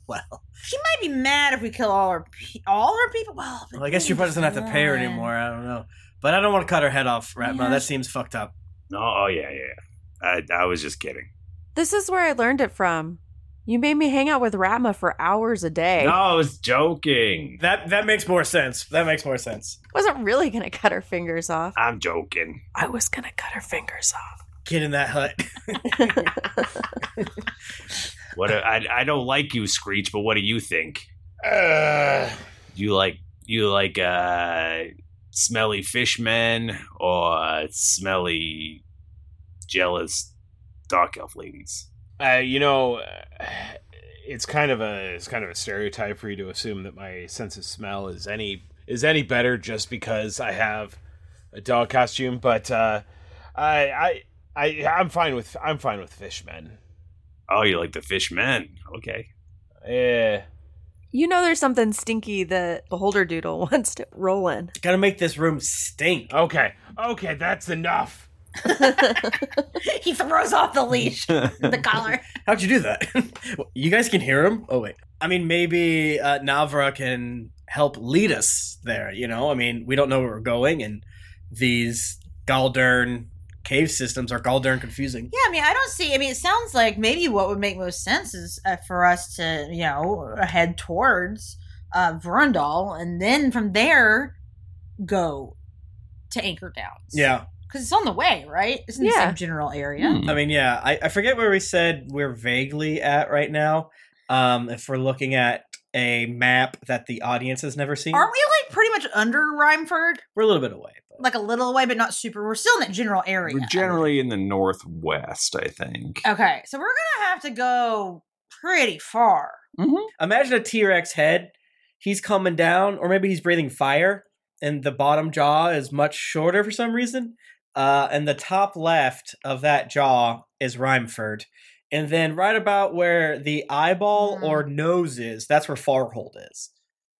Well,
She might be mad if we kill all her pe- all her people. Well, but
well, I guess she probably doesn't have to pay her anymore. I don't know, but I don't want to cut her head off, Ratma.
Yeah.
That seems fucked up.
No. Oh yeah, yeah. yeah. I I was just kidding.
This is where I learned it from. You made me hang out with Ratma for hours a day.
No, I was joking.
That that makes more sense. That makes more sense.
Wasn't really gonna cut her fingers off.
I'm joking.
I was gonna cut her fingers off.
Get in that hut. *laughs*
What do- I I don't like you, Screech. But what do you think?
Uh,
You like you like uh smelly fishmen or smelly jealous dark elf ladies?
Uh, you know, uh, it's kind of a it's kind of a stereotype for you to assume that my sense of smell is any is any better just because I have a dog costume. But uh, I I I I'm fine with I'm fine with fishmen.
Oh, you like the fishmen? Okay.
Yeah.
You know there's something stinky that Beholder Doodle *laughs* wants to roll in.
Gotta make this room stink.
Okay. Okay, that's enough.
*laughs*
*laughs*
he throws off the leash,
*laughs*
the collar.
How'd you do that? *laughs* you guys can hear him? Oh, wait. I mean, maybe uh, Navra can help lead us there, you know? I mean, we don't know where we're going, and these Galdern cave systems are Galdern confusing.
Yeah, I mean, I don't see. I mean, it sounds like maybe what would make most sense is uh, for us to, you know, head towards uh, Verundal, and then from there go to Anchor Downs
Yeah.
because it's on the way, right? It's in the
Yeah.
same general area.
I mean, yeah, I, I forget where we said we're vaguely at right now. Um, if we're looking at a map that the audience has never seen,
Aren't we like pretty much under Rhymeford?
we're a little bit away.
Like a little away, but not super. We're still in that general area.
We're generally in the northwest, I think.
Okay, so we're gonna have to go pretty far.
Imagine a T Rex head. He's coming down, or maybe he's breathing fire, and the bottom jaw is much shorter for some reason. Uh, and the top left of that jaw is Rhymeford. And then right about where the eyeball or nose is, that's where Farhold is.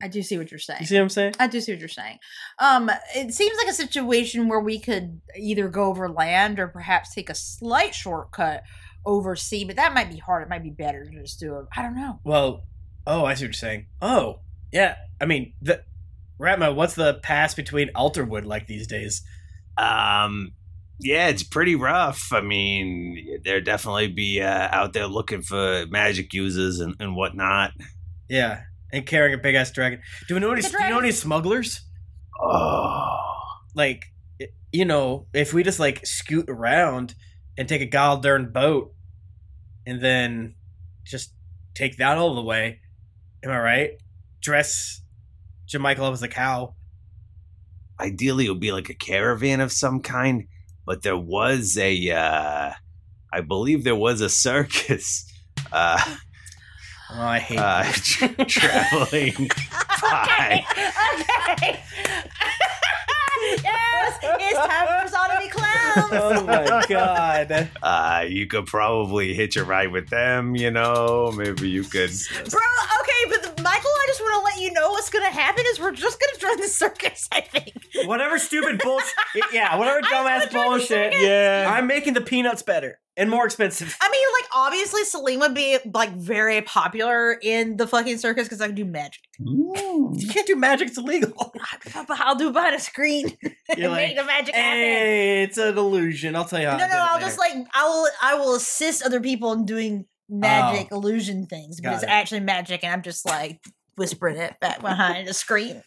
I do see what you're saying.
You see what I'm saying?
I do see what you're saying. Um, it seems like a situation where we could either go over land or perhaps take a slight shortcut over sea, but that might be hard. It might be better to just do a. I don't know.
Well, oh, I see what you're saying. Oh, yeah. I mean, the, Ratma, what's the pass between Alterwood like these days?
Um, yeah, it's pretty rough. I mean, there definitely be uh, out there looking for magic users and, and whatnot.
Yeah, and carrying a big ass dragon. Do we know any?
The
Do you know any smugglers? Oh, like i- you know, if we just like scoot around and take a goddamn boat, and then just take that all the way. Am I right? Dress Jim Michael up as a cow.
Ideally, it would be like a caravan of some kind, but there was a, uh, I believe there was a circus. Uh,
oh, I hate
uh, tra- *laughs* traveling. by.
Okay. *laughs* yes, it's time for Saw to be clowns.
Oh *laughs* my god.
Uh, you could probably hitch a ride with them, you know. Maybe you could.
Bro, okay, but the, Michael, I just want to let you know what's going to happen is we're just going to join the circus, I think.
Whatever stupid bullshit. *laughs* Yeah,
*laughs*
whatever dumbass bullshit.
Yeah.
I'm making the peanuts better and more expensive.
I mean, like, obviously Selene would be, like, very popular in the fucking circus because I can do *laughs* magic.
Hmm. You can't do magic, it's illegal.
But *laughs* I'll do it behind a screen
*laughs* You're
and
like,
make the magic happen.
Hey, it's an illusion. I'll tell you how.
No, no,
I did it
I'll
later.
just, like, I will, I will assist other people in doing magic illusion things, but
Got
it's
it.
actually magic, and I'm just, like, whispering it back behind the screen.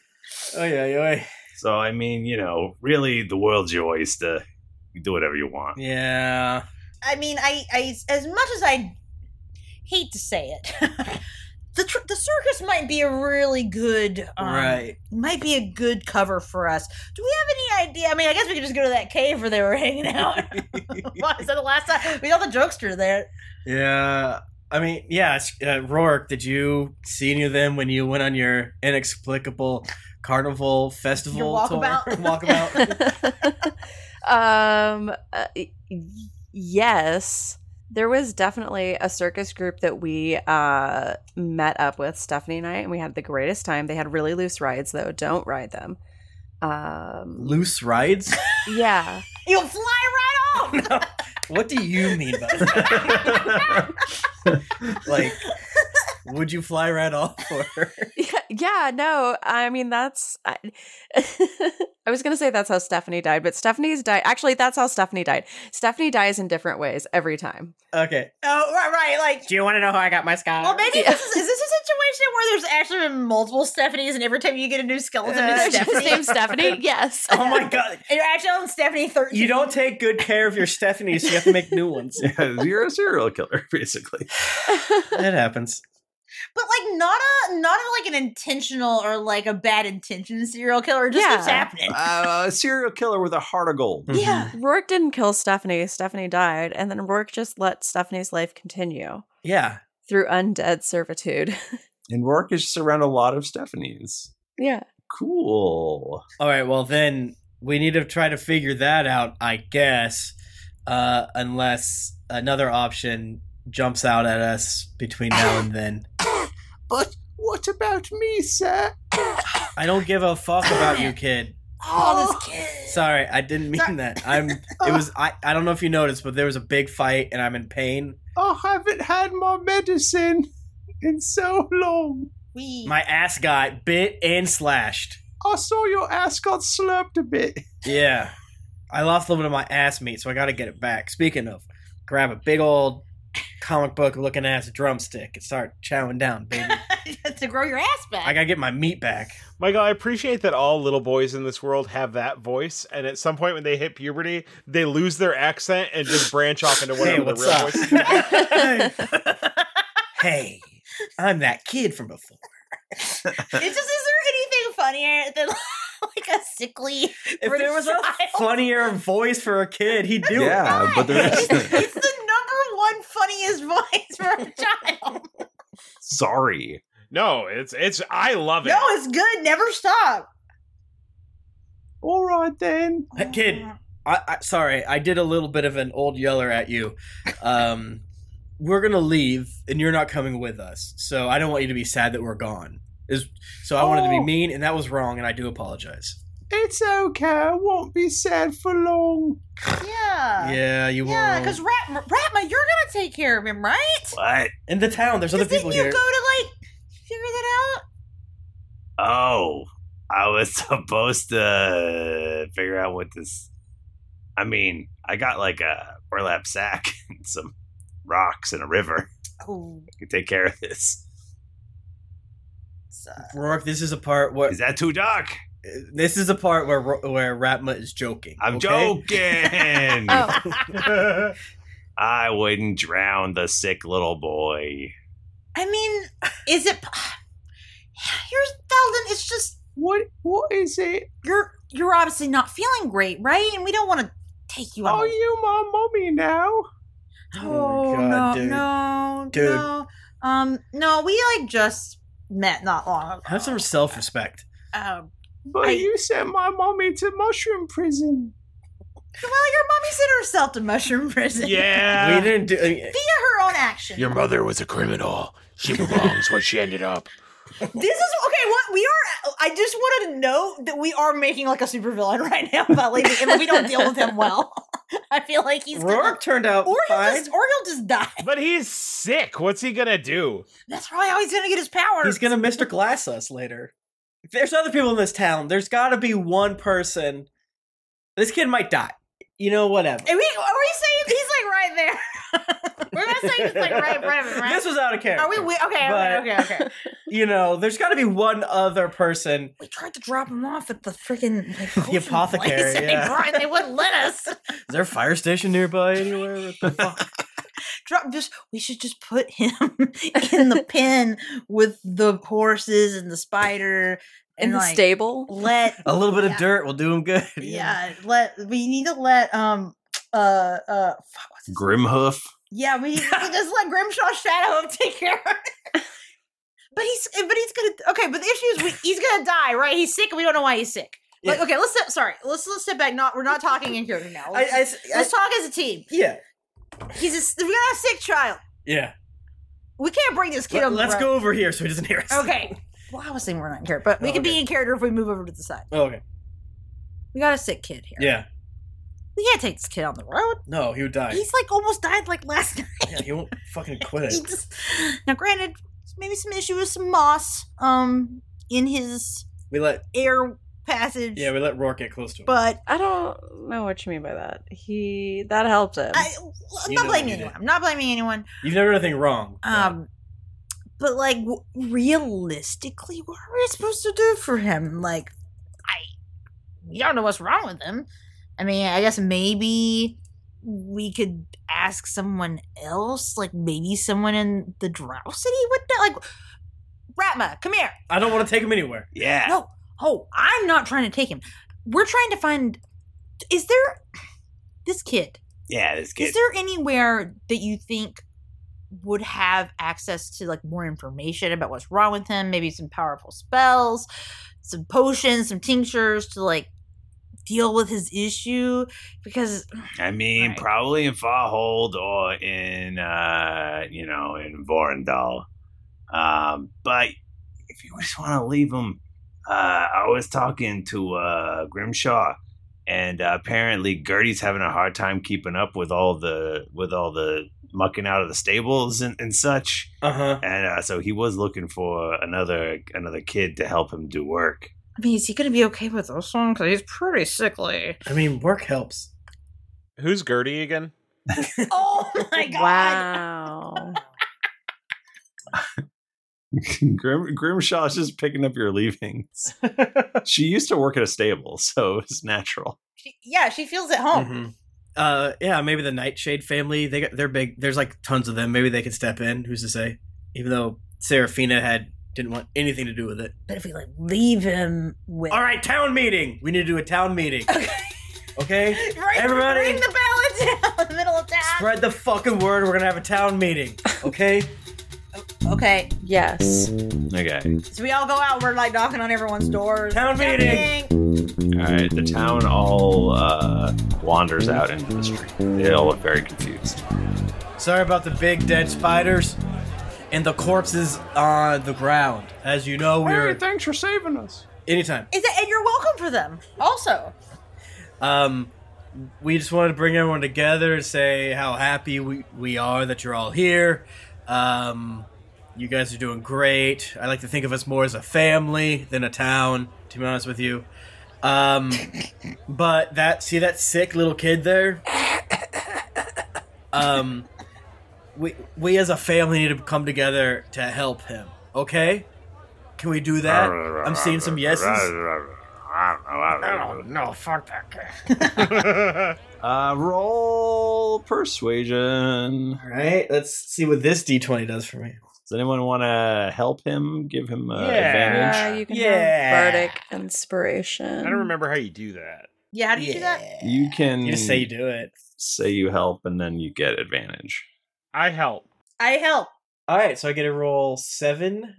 Oh yeah, yeah.
So I mean, you know, really, the world's your oyster. You do whatever you want.
Yeah.
I mean, I, I as much as I hate to say it, *laughs* the tr- the circus might be a really good um,
Right.
Might be a good cover for us. Do we have any idea? I mean, I guess we could just go to that cave where they were hanging out. *laughs* What, Is that the last time we saw the jokester there?
Yeah. I mean, yeah, it's- uh, Rourke, did you see any of them when you went on your inexplicable carnival festival
Your
tour?
walkabout?
walkabout?
*laughs* um uh, y- yes there was definitely a circus group that we uh met up with stephanie and i and we had the greatest time they had really loose rides though don't ride them um
*laughs*
Loose rides?
yeah *laughs*
you'll fly right off
What do you mean by that? *laughs* like, would you fly right off? Or *laughs*
yeah, yeah no i mean that's I, *laughs* I was gonna say that's how stephanie died but stephanie's died actually that's how stephanie died stephanie dies in different ways every time
okay
*laughs* Oh, right, right. Like,
do you want to know how i got my scar
well, maybe this is, is this a situation where there's actually been multiple Stephanies, and every time you get a new skeleton,
Uh,
it's
*laughs* she's
Stephanie. *laughs*
named Stephanie? Yes.
Oh my god. *laughs* And you're actually on Stephanie thirteen.
You don't take good care of your Stephanie, so you have to make new ones.
*laughs* Yeah, you're a serial killer, *laughs* basically.
It happens.
But like not a not a, like an intentional or like a bad intention serial killer. It just keeps happening.
Uh, a serial killer with a heart of gold.
Mm-hmm.
Yeah.
Rourke didn't kill Stephanie. Stephanie died, and then Rourke just let Stephanie's life continue
Yeah.
through undead servitude. *laughs*
And Rourke is just around a lot of Stephanies.
yeah.
Cool.
All right, well then we need to try to figure that out, I guess. Uh, unless another option jumps out at us between now and then.
But what about me, sir?
I don't give a fuck about you, kid.
Oh,
Ah,
this kid.
Sorry, I didn't mean that. I'm. It was. I. I don't know if you noticed, but there was a big fight, and I'm in pain.
I haven't had my medicine in so long.
We.
My ass got bit and slashed.
I saw your ass got slurped a bit.
Yeah, I lost a little bit of my ass meat, so I got to get it back. Speaking of, grab a big old comic book looking ass drumstick and start chowing down, baby.
*laughs* to grow your ass back.
I gotta get my meat back.
Michael, I appreciate that all little boys in this world have that voice, and at some point when they hit puberty, they lose their accent and just branch off into whatever the
what's
real
up?
voice is.
*laughs* hey, I'm that kid from before.
*laughs* It's
*laughs*
just is there anything funnier than *laughs* like a sickly If
there was a
Funnier voice for a kid, he'd do it.
Yeah, but there
*laughs*
it's, it's the number one funniest voice for a child.
Sorry.
No, it's it's I love it.
No, it's good. Never stop.
All right then.
Hey, kid, I, I sorry, I did a little bit of an old yeller at you. Um, we're gonna leave, and you're not coming with us, so I don't want you to be sad that we're gone. Is so I wanted to be
Oh.
mean, and that was wrong, and I do apologize.
It's okay. I won't be sad for long.
Yeah.
Yeah, you
Yeah,
Mm.
won't.
because Ratma, Ratma, you're gonna take care of him, right?
What?
In the town, there's other people
Didn't you
here.
go to like figure that out?
Oh, I was *laughs* supposed to figure out what this. I mean, I got like a burlap sack *laughs* and some rocks and a river.
*laughs*
Oh,
I can take care of this.
Rourke, this is a part where is
that too dark?
This is a part where Ro- where Ratma is joking.
I'm joking.
*laughs* Oh.
I wouldn't drown the sick little boy.
I mean, is it? *sighs* Here's Felden. It's just
what? What is it?
You're you're obviously not feeling great, right? And we don't want to take you. Are
you my mommy now?
Oh,
God,
no,
dude.
no,
Dude.
no. Um, no, we like just met not long ago.
*laughs* Have some self respect.
Um,
But you sent my mommy to mushroom prison.
well, your mommy sent herself to mushroom *laughs* prison.
Yeah.
didn't do. uh,
via her own action.
Your mother was a criminal. She belongs where she ended up.
This is okay. What we are, I just wanted to note that we are making like a supervillain *laughs* right now by leaving, and we don't deal with him
*laughs*
well. I feel like he's gonna-
Rourke turned out
or he'll
fine.
just, or he'll just die.
But he's sick. What's he gonna do?
That's probably how he's gonna get his power.
He's
gonna Mr. Glass us later. There's other people in this town. There's got to be one person. This kid might die. You know, whatever.
And we, are we saying he's like right there? *laughs* We're not saying it's like right in front of it, right?
This was out of character.
Are we? we okay,
But-
okay, okay, okay.
You know, there's got to be one other person.
We tried to drop him off at the freaking like, potion
apothecary,
place, and they
yeah.
brought- they wouldn't let us. *laughs*
Is there a fire station nearby anywhere? What the fuck?
Drop. Just we should just put him *laughs* in the pen with the horses and the spider
In the
like,
stable?
*laughs*
Let
*laughs* A little bit
Yeah.
of dirt will do him good.
yeah. Let we need to let um uh uh fuck, what's
Grimhoof.
Yeah, we, we can just let Grimshaw Shadow *laughs* him take care of it. But he's but he's gonna okay. But the issue is we, he's gonna die, right? He's sick, and we don't know why he's sick. Like
Yeah.
okay, let's step. Sorry, let's let's step back. Not we're not talking in here now. Let's,
I- I-
let's talk as a team.
Yeah.
He's a, s- we got a sick child.
Yeah.
We can't bring this kid.
Let-
on the
let's
road.
go over here so he doesn't hear us.
Okay. Well, I was saying we're not in character, but we
Oh,
can be
okay.
in character if we move over to the side.
Oh, okay.
We got a sick kid here.
Yeah.
We can't take this kid on the road.
No, he would die.
He's like almost died like last *laughs* night.
yeah, he won't
*laughs*
fucking quit
He
it.
just now, granted, maybe some issue with some moss um in his
We let
air passage.
yeah, we let Rourke get close to him.
But
I don't know what you mean by that. He that helped him.
I, I'm
You
not
know
blaming
you did.
anyone. I'm not blaming anyone.
You've never done anything wrong.
Um, but like w- realistically, what are we supposed to do for him? Like, I we don't know what's wrong with him. I mean, I guess maybe we could ask someone else. Like, maybe someone in the Drow City would know. Like, Ratma, come here.
I don't want to take him anywhere.
Yeah.
No. Oh, I'm not trying to take him. We're trying to find. Is there this kid?
Yeah, this
Is there anywhere that you think would have access to like more information about what's wrong with him? Maybe some powerful spells, some potions, some tinctures to like deal with his issue because
I mean, probably in Farhold or in uh, you know in Vorendal. Um, but if you just want to leave them, uh, I was talking to uh, Grimshaw, and uh, apparently Gertie's having a hard time keeping up with all the with all the mucking out of the stables and, and such.
Uh-huh.
And uh, so he was looking for another another kid to help him do work.
I mean, is he gonna be okay with this one? Because he's pretty sickly.
I mean, work helps.
Who's Gertie again?
*laughs* Oh my god! Oh.
Wow.
*laughs* Grim, Grimshaw's just picking up your
*laughs*
leavings. she used to work at a stable, so it's natural.
Yeah, she feels at home.
Mhm. Uh, yeah, maybe the Nightshade family. They got they're big. There's like tons of them. Maybe they could step in. Who's to say? Even though Serafina had didn't want anything to do with it.
But if we like leave him with
All right, town meeting. We need to do a town meeting. Okay.
*laughs* Right,
Everybody,
bring the balance down *laughs* in the middle of town.
spread the fucking word. We're gonna have a town meeting. Okay.
Okay,
Yes.
Okay.
so we all go out. We're like knocking on everyone's doors.
Town meeting.
All right. The town all uh, wanders out into the street. They all look very confused.
Sorry about the big dead spiders and the corpses on the ground. As you know, we're
thanks for saving us.
anytime.
Is it, and you're welcome for them. Also,
Um, we just wanted to bring everyone together and say how happy we, we are that you're all here. Um, you guys are doing great. I like to think of us more as a family than a town, to be honest with you. Um, but that, see that sick little kid there? Um, we, we as a family need to come together to help him, okay? Can we do that? I'm seeing some
*laughs*
yeses.
No,
no, fuck that guy. *laughs*
Uh, roll persuasion.
All right, let's see what this d20 does for me.
Does anyone want to help him? Give him uh,
Yeah,
advantage.
you can
Yeah.
have bardic inspiration.
I don't remember how you do that.
yeah, how do you do that?
You can
You just say you do it.
Say you help, and then you get advantage.
I help.
I help.
All right, so I get to roll seven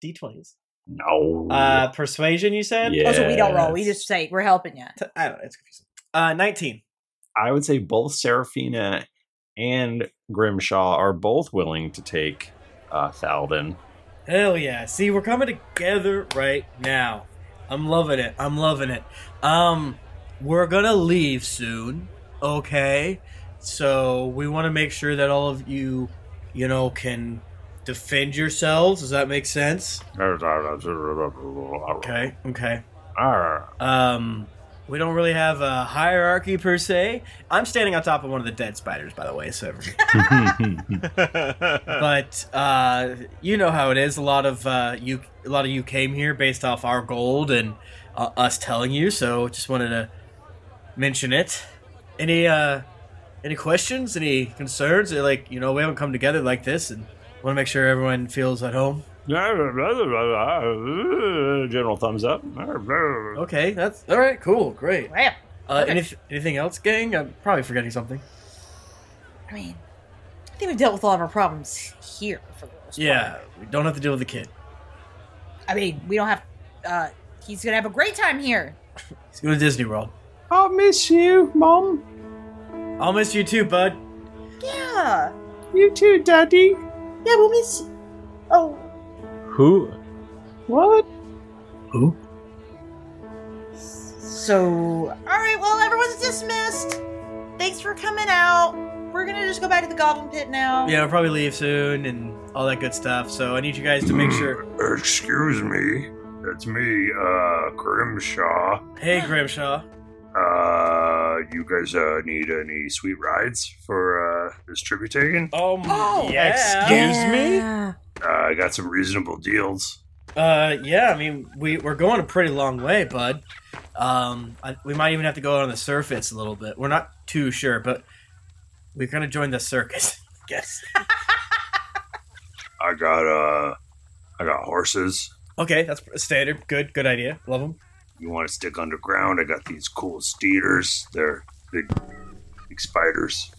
d20s.
No.
Uh, persuasion, you said?
Yeah.
Oh, so we don't roll. We just say we're helping you.
I don't know. It's confusing. Uh, 19.
I would say both Seraphina and Grimshaw are both willing to take uh, Thalden.
Hell yeah. See, we're coming together right now. I'm loving it. I'm loving it. Um, we're gonna leave soon, okay? So we want to make sure that all of you, you know, can defend yourselves. Does that make sense? Okay. Okay. Um, We don't really have a hierarchy per se. I'm standing on top of one of the dead spiders, by the way. So, but uh, you know how it is. A lot of uh, you, a lot of you came here based off our gold and uh, us telling you. So, just wanted to mention it. Any uh, any questions? Any concerns? They're Like you know, we haven't come together like this, and want to make sure everyone feels at home.
General thumbs up.
Okay, that's all right. Cool, great.
Wow.
Uh,
Okay.
anyth- anything else, gang? I'm probably forgetting something.
I mean, I think we've dealt with all of our problems here. For the most
Yeah, we don't have to deal with the kid.
part. I mean, we don't have. Uh, he's gonna have a great time here.
Let's go to Disney World.
I'll miss you, mom.
I'll miss you too, bud.
Yeah.
You too, Daddy.
Yeah, we'll miss. Oh,
Who?
What?
Who?
So. all right. Well, everyone's dismissed. Thanks for coming out. We're gonna just go back to the Goblin Pit now.
Yeah, I'll probably leave soon and all that good stuff. So I need you guys to make sure.
Excuse me. It's me, uh, Grimshaw.
Hey, Grimshaw.
Uh, you guys uh, need any sweet rides for uh, this trip you're taking?
Um,
Oh,
me? Uh, I got some reasonable deals.
Uh, yeah. I mean, we we're going a pretty long way, bud. Um, I, we might even have to go out on the surface a little bit. We're not too sure, but we're gonna join the circus. *laughs* Yes.
I got uh, I got horses.
Okay, that's standard. Good, good idea. Love them.
You want to stick underground? I got these cool steeders. They're big, big spiders.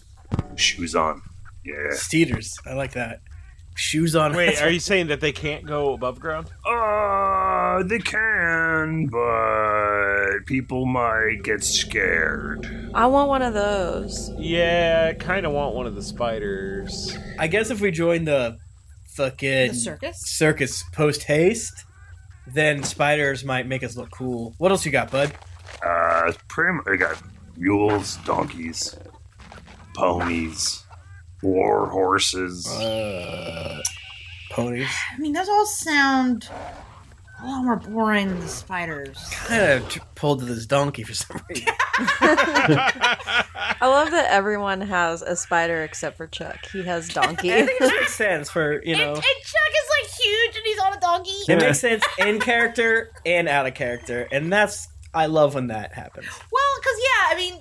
Shoes on. Yeah.
Steeders. I like that. Shoes on.
Wait, are you saying that they can't go above ground?
Ah.
Uh, they can, but people might get scared.
I want one of those.
Yeah, I kind of want one of the spiders.
I guess if we join the fucking
The circus?
circus post haste, then spiders might make us look cool. What else you got, bud?
Uh, it's pretty much, I got mules, donkeys, ponies, war horses.
Uh, ponies.
I mean, those all sound a lot more boring than the spiders.
Kind of t- pulled to this donkey for some
*laughs*
reason.
I love that everyone has a spider except for Chuck. He has donkey. *laughs*
I think it
makes sense for you
know.
And Chuck is like huge, and he's on a donkey.
Yeah.
It makes sense in character and out of character, and that's I love when that happens.
Well, because yeah, I mean,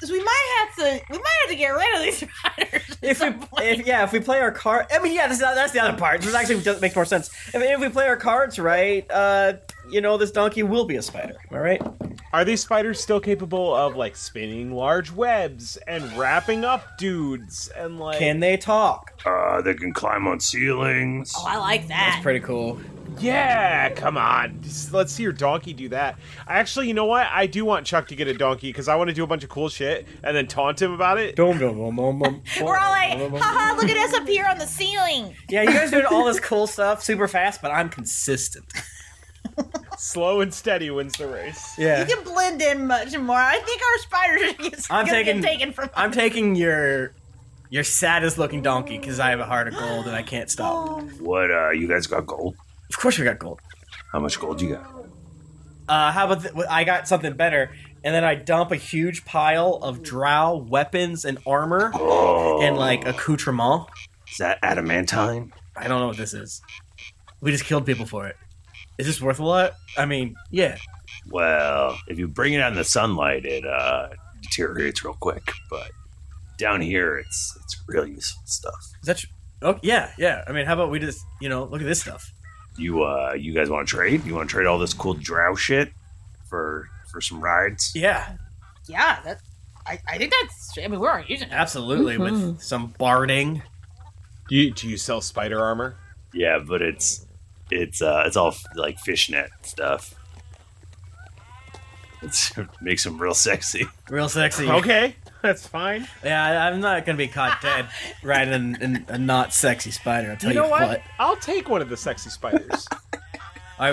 'cause we might have to, we might have to get rid of these *laughs*
If we, if, yeah, if we play our card, I mean, yeah, this is, that's the other part. This actually does make more sense. I mean, if we play our cards right, uh, you know, this donkey will be a spider. Am I right?
Are these spiders still capable of like spinning large webs and wrapping up dudes and like?
Can they talk?
Uh, they can climb on ceilings.
Oh, I like that.
That's pretty cool.
Yeah, come on. Just let's see your donkey do that. Actually, you know what? I do want Chuck to get a donkey because I want to do a bunch of cool shit and then taunt him about it.
Dum dum dum dum dum.
*laughs* We're all like, haha, look at us up here on the ceiling.
Yeah, you guys doing all this cool stuff super fast, but I'm consistent.
Slow and steady wins the race.
Yeah.
*laughs* You can blend in much more. I think our *laughs* spiders are just
I'm
gonna
taking.
get taken from
I'm taking your your saddest looking donkey because I have a heart of gold and I can't stop.
Oh.
What, uh, you guys got gold?
Of course we got gold.
How much gold you got?
Uh, how about th- I got something better, and then I dump a huge pile of drow weapons and armor Oh. and like accoutrement.
Is that adamantine?
I don't know what this is. We just killed people for it. Is this worth a lot? I mean, yeah.
Well, if you bring it out in the sunlight, it uh, deteriorates real quick. But down here, it's it's real useful stuff.
Is that? Tr- oh yeah, yeah. I mean, how about we just you know look at this stuff?
You, uh, you guys want to trade? You want to trade all this cool drow shit for, for some rides?
Yeah.
Yeah, that. I, I think that's. I mean, we aren't using it.
Absolutely,
Mm-hmm.
with some barding.
Do you, do you sell spider armor?
Yeah, but it's it's uh, it's all like fishnet stuff. It's *laughs* makes them real sexy.
Real sexy.
Okay, *laughs* that's fine.
Yeah, I- I'm not gonna be caught
*laughs*
dead riding in, in a not sexy spider. I'll tell
You
you,
know
what.
what? I'll take one of the sexy spiders.
I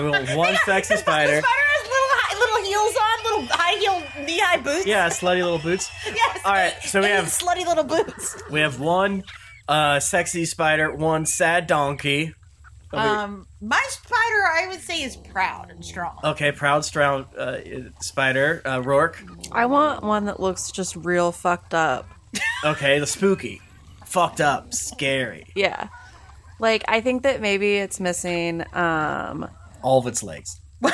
*laughs*
want one sexy spider.
Spider has little high, little heels on, little high heel, knee high boots. *laughs*
Yeah, slutty little boots.
Yes.
All right, so we
and
have
slutty little boots.
we have one uh, sexy spider, one sad donkey,
Oh,
Um, my spider, I would say, is proud and strong.
Okay, proud stroud uh, spider uh, Rourke.
I want one that looks just real fucked up.
Okay, the spooky, fucked up, scary,
Yeah. Like I think that maybe it's missing um
all of its legs.
*laughs*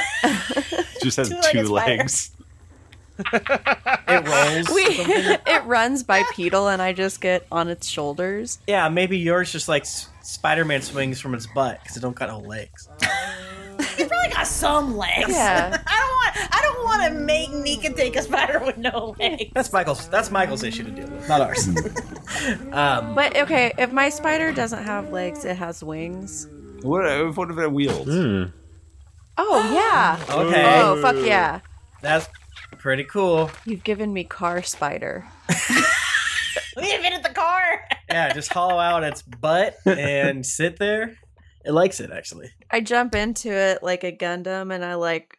Just has
Two-legged
two
spider.
legs.
It rolls.
we, it runs bipedal and I just get on its shoulders.
Yeah, maybe yours just like S- Spider-Man swings from its butt because it don't got no legs.
He's probably got some legs.
Yeah.
*laughs* I don't want. I don't want to make Nika take a spider with no legs.
That's Michael's. That's Michael's issue to deal with, not ours.
Mm-hmm.
*laughs* um,
But okay, if my spider doesn't have legs, it has wings.
What if what if it wheels?
Hmm.
Oh yeah.
Okay.
Oh fuck yeah.
that's pretty cool.
You've given me car spider.
We invented the car. *laughs*
Yeah, just hollow out its butt
*laughs*
and sit there. It likes it actually.
I jump into it like a Gundam and I like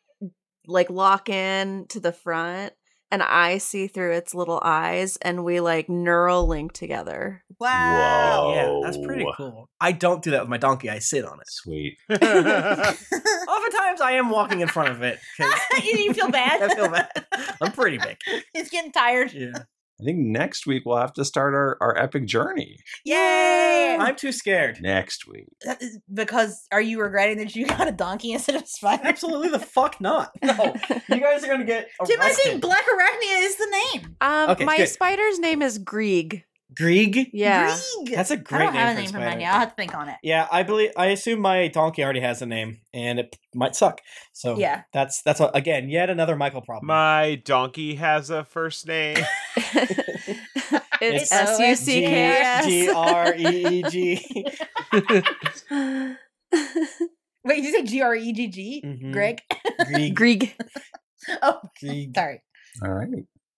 like lock in to the front and I see through its little eyes and we like neural link together.
Wow.
Yeah, that's pretty cool. I don't do that with my donkey. I sit on it.
Oh. Sweet.
*laughs* Oftentimes, I am walking in front of it. 'cause
you, you feel bad.
I feel bad. I'm pretty big.
*laughs* He's getting tired.
Yeah.
I think next week we'll have to start our, our epic journey.
*laughs* Yay!
I'm too scared.
Next week.
That is because are you regretting that you *laughs* got a donkey instead of a spider?
Absolutely the
*laughs*
fuck not. No, you guys are gonna get
Timothy
arrested.
Black Arachnia is the name.
Um
Okay,
my
good.
spider's name is Grieg.
Grieg.
Yeah.
Grieg.
That's a
I
great
don't have a
name for
name for
spider.
mine yet. I'll have to think on it.
Yeah, I believe I assume my donkey already has a name, and it might suck. So
Yeah.
that's that's a, again yet another Michael problem.
My donkey has a first name. *laughs*
It's S U C K S.
G R E E G.
*laughs* Wait, did you say G R E G G?
Mhm.
Greg?
Grieg.
Grieg.
*laughs* oh,
Grieg.
sorry.
All right.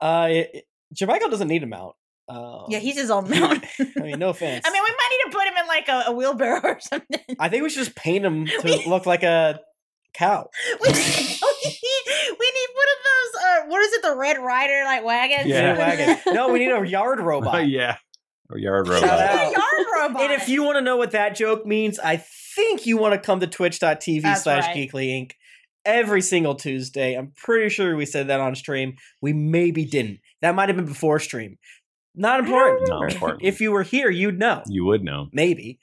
Uh, it, it- Jermichael doesn't need a mount. Uh,
Yeah, he's his own mount.
I
*laughs*
mean, no offense.
I mean, we might need to put him in like a, a wheelbarrow or *laughs* something.
I think we should just
*laughs*
paint him to look like a cow.
we, we need we need one of those. Uh, what is it? The Red Rider like wagons? *laughs*
Yeah. In a wagon. No, we need a
*laughs*
yard robot.
yeah. Or yard
*laughs* Shout
robot.
out.
robot.
And if you want to know what that joke means, I think you want to come to twitch.tv
That's
slash
right.
geekly inc every single Tuesday. I'm pretty sure we said that on stream. We maybe didn't. That might have been before stream. Not important.
Not important.
if you were here, you'd know.
You would know.
Maybe.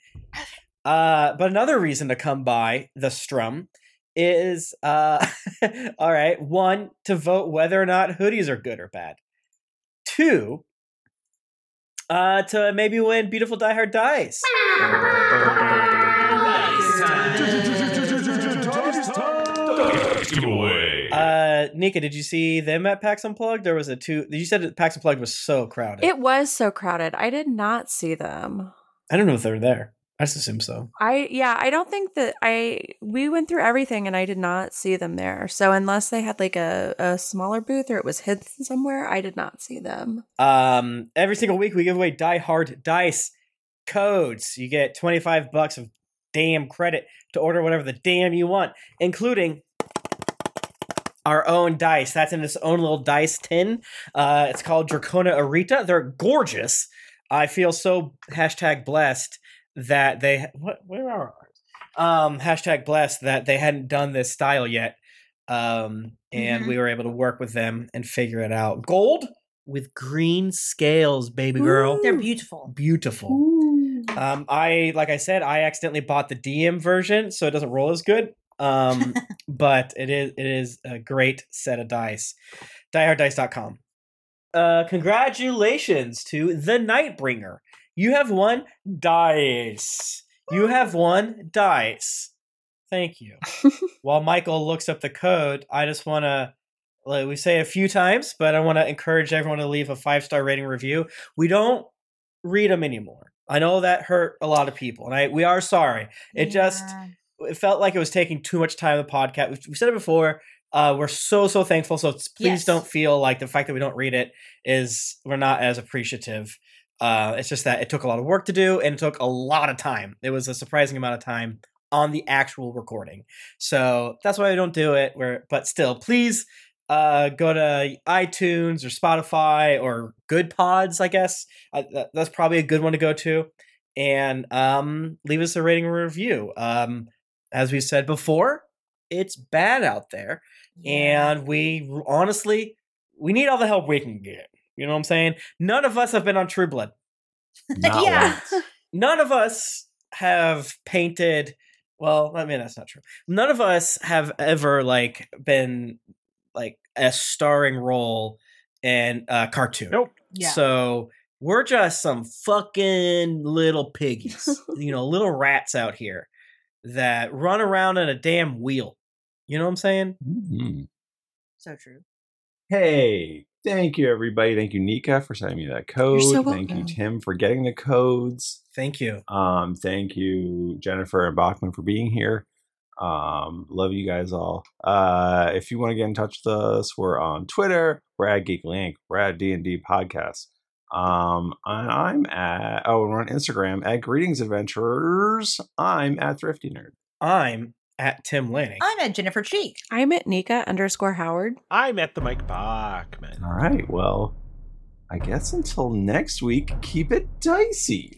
Uh, but another reason to come by the strum is uh, *laughs* all right, one, to vote whether or not hoodies are good or bad. Two, uh, to maybe win Beautiful Die Hard Dice. Uh, Nika, did you see them at PAX Unplugged? There was a two. You said that PAX Unplugged was so crowded.
It was so crowded. I did not see them.
I don't know if they were there. I just assume so.
I yeah, I don't think that I we went through everything and I did not see them there. So unless they had like a, a smaller booth or it was hidden somewhere, I did not see them.
Um, every single week we give away Die Hard dice codes. You get twenty five bucks of damn credit to order whatever the damn you want, including our own dice. That's in its own little dice tin. Uh, it's called Dracona Arita. They're gorgeous. I feel so hashtag blessed that they what where are ours? Um, hashtag blessed that they hadn't done this style yet. Um, and we were able to work with them and figure it out. Gold with green scales, baby girl.
They're beautiful.
Beautiful. Um, I like I said, I accidentally bought the DM version, so it doesn't roll as good.
*laughs*
Um, but it is it is a great set of dice. Dieharddice.com. Uh, congratulations to the Nightbringer. You have won dice. You have won dice. Thank you. While Michael looks up the code, I just want to like we say it a few times, but I want to encourage everyone to leave a five star rating review. We don't read them anymore. I know that hurt a lot of people, and I we are sorry. It just it felt like it was taking too much time of the podcast. We've, we've said it before. Uh, we're so so thankful. So please
Yes.
don't feel like the fact that we don't read it is we're not as appreciative. Uh, it's just that it took a lot of work to do and it took a lot of time. It was a surprising amount of time on the actual recording. So that's why we don't do it. We're, but still, please uh, go to iTunes or Spotify or Good Pods, I guess. Uh, that- that's probably a good one to go to and um, leave us a rating and review. Um, as we said before, it's bad out there, and we honestly we need all the help we can get. You know what I'm saying? None of us have been on True
*laughs*
Blood.
yeah.
None of us have painted. Well, I mean that's not true. None of us have ever like been like a starring role in a cartoon. Nope.
Yeah.
So we're just some fucking
*laughs*
little piggies, you know, little rats out here that run around on a damn wheel. You know what I'm saying?
So true.
Hey, thank you, everybody. Thank you, Nika, for sending me that code.
so
thank you,
welcome.
Tim, for getting the codes.
Thank you.
Um, thank you, Jennifer and Bachman, for being here. Um, love you guys all. Uh, if you want to get in touch with us, we're on Twitter. We're at GeekLink. We're at D&D Podcast. Um, and I'm at, oh, we're on Instagram at Greetings Adventurers. I'm at Thrifty Nerd.
I'm at Tim Lanning.
I'm at Jennifer Cheek.
I'm at Nika underscore Howard.
I'm at the Mike Bachman.
All right. Well, I guess until next week, keep it dicey.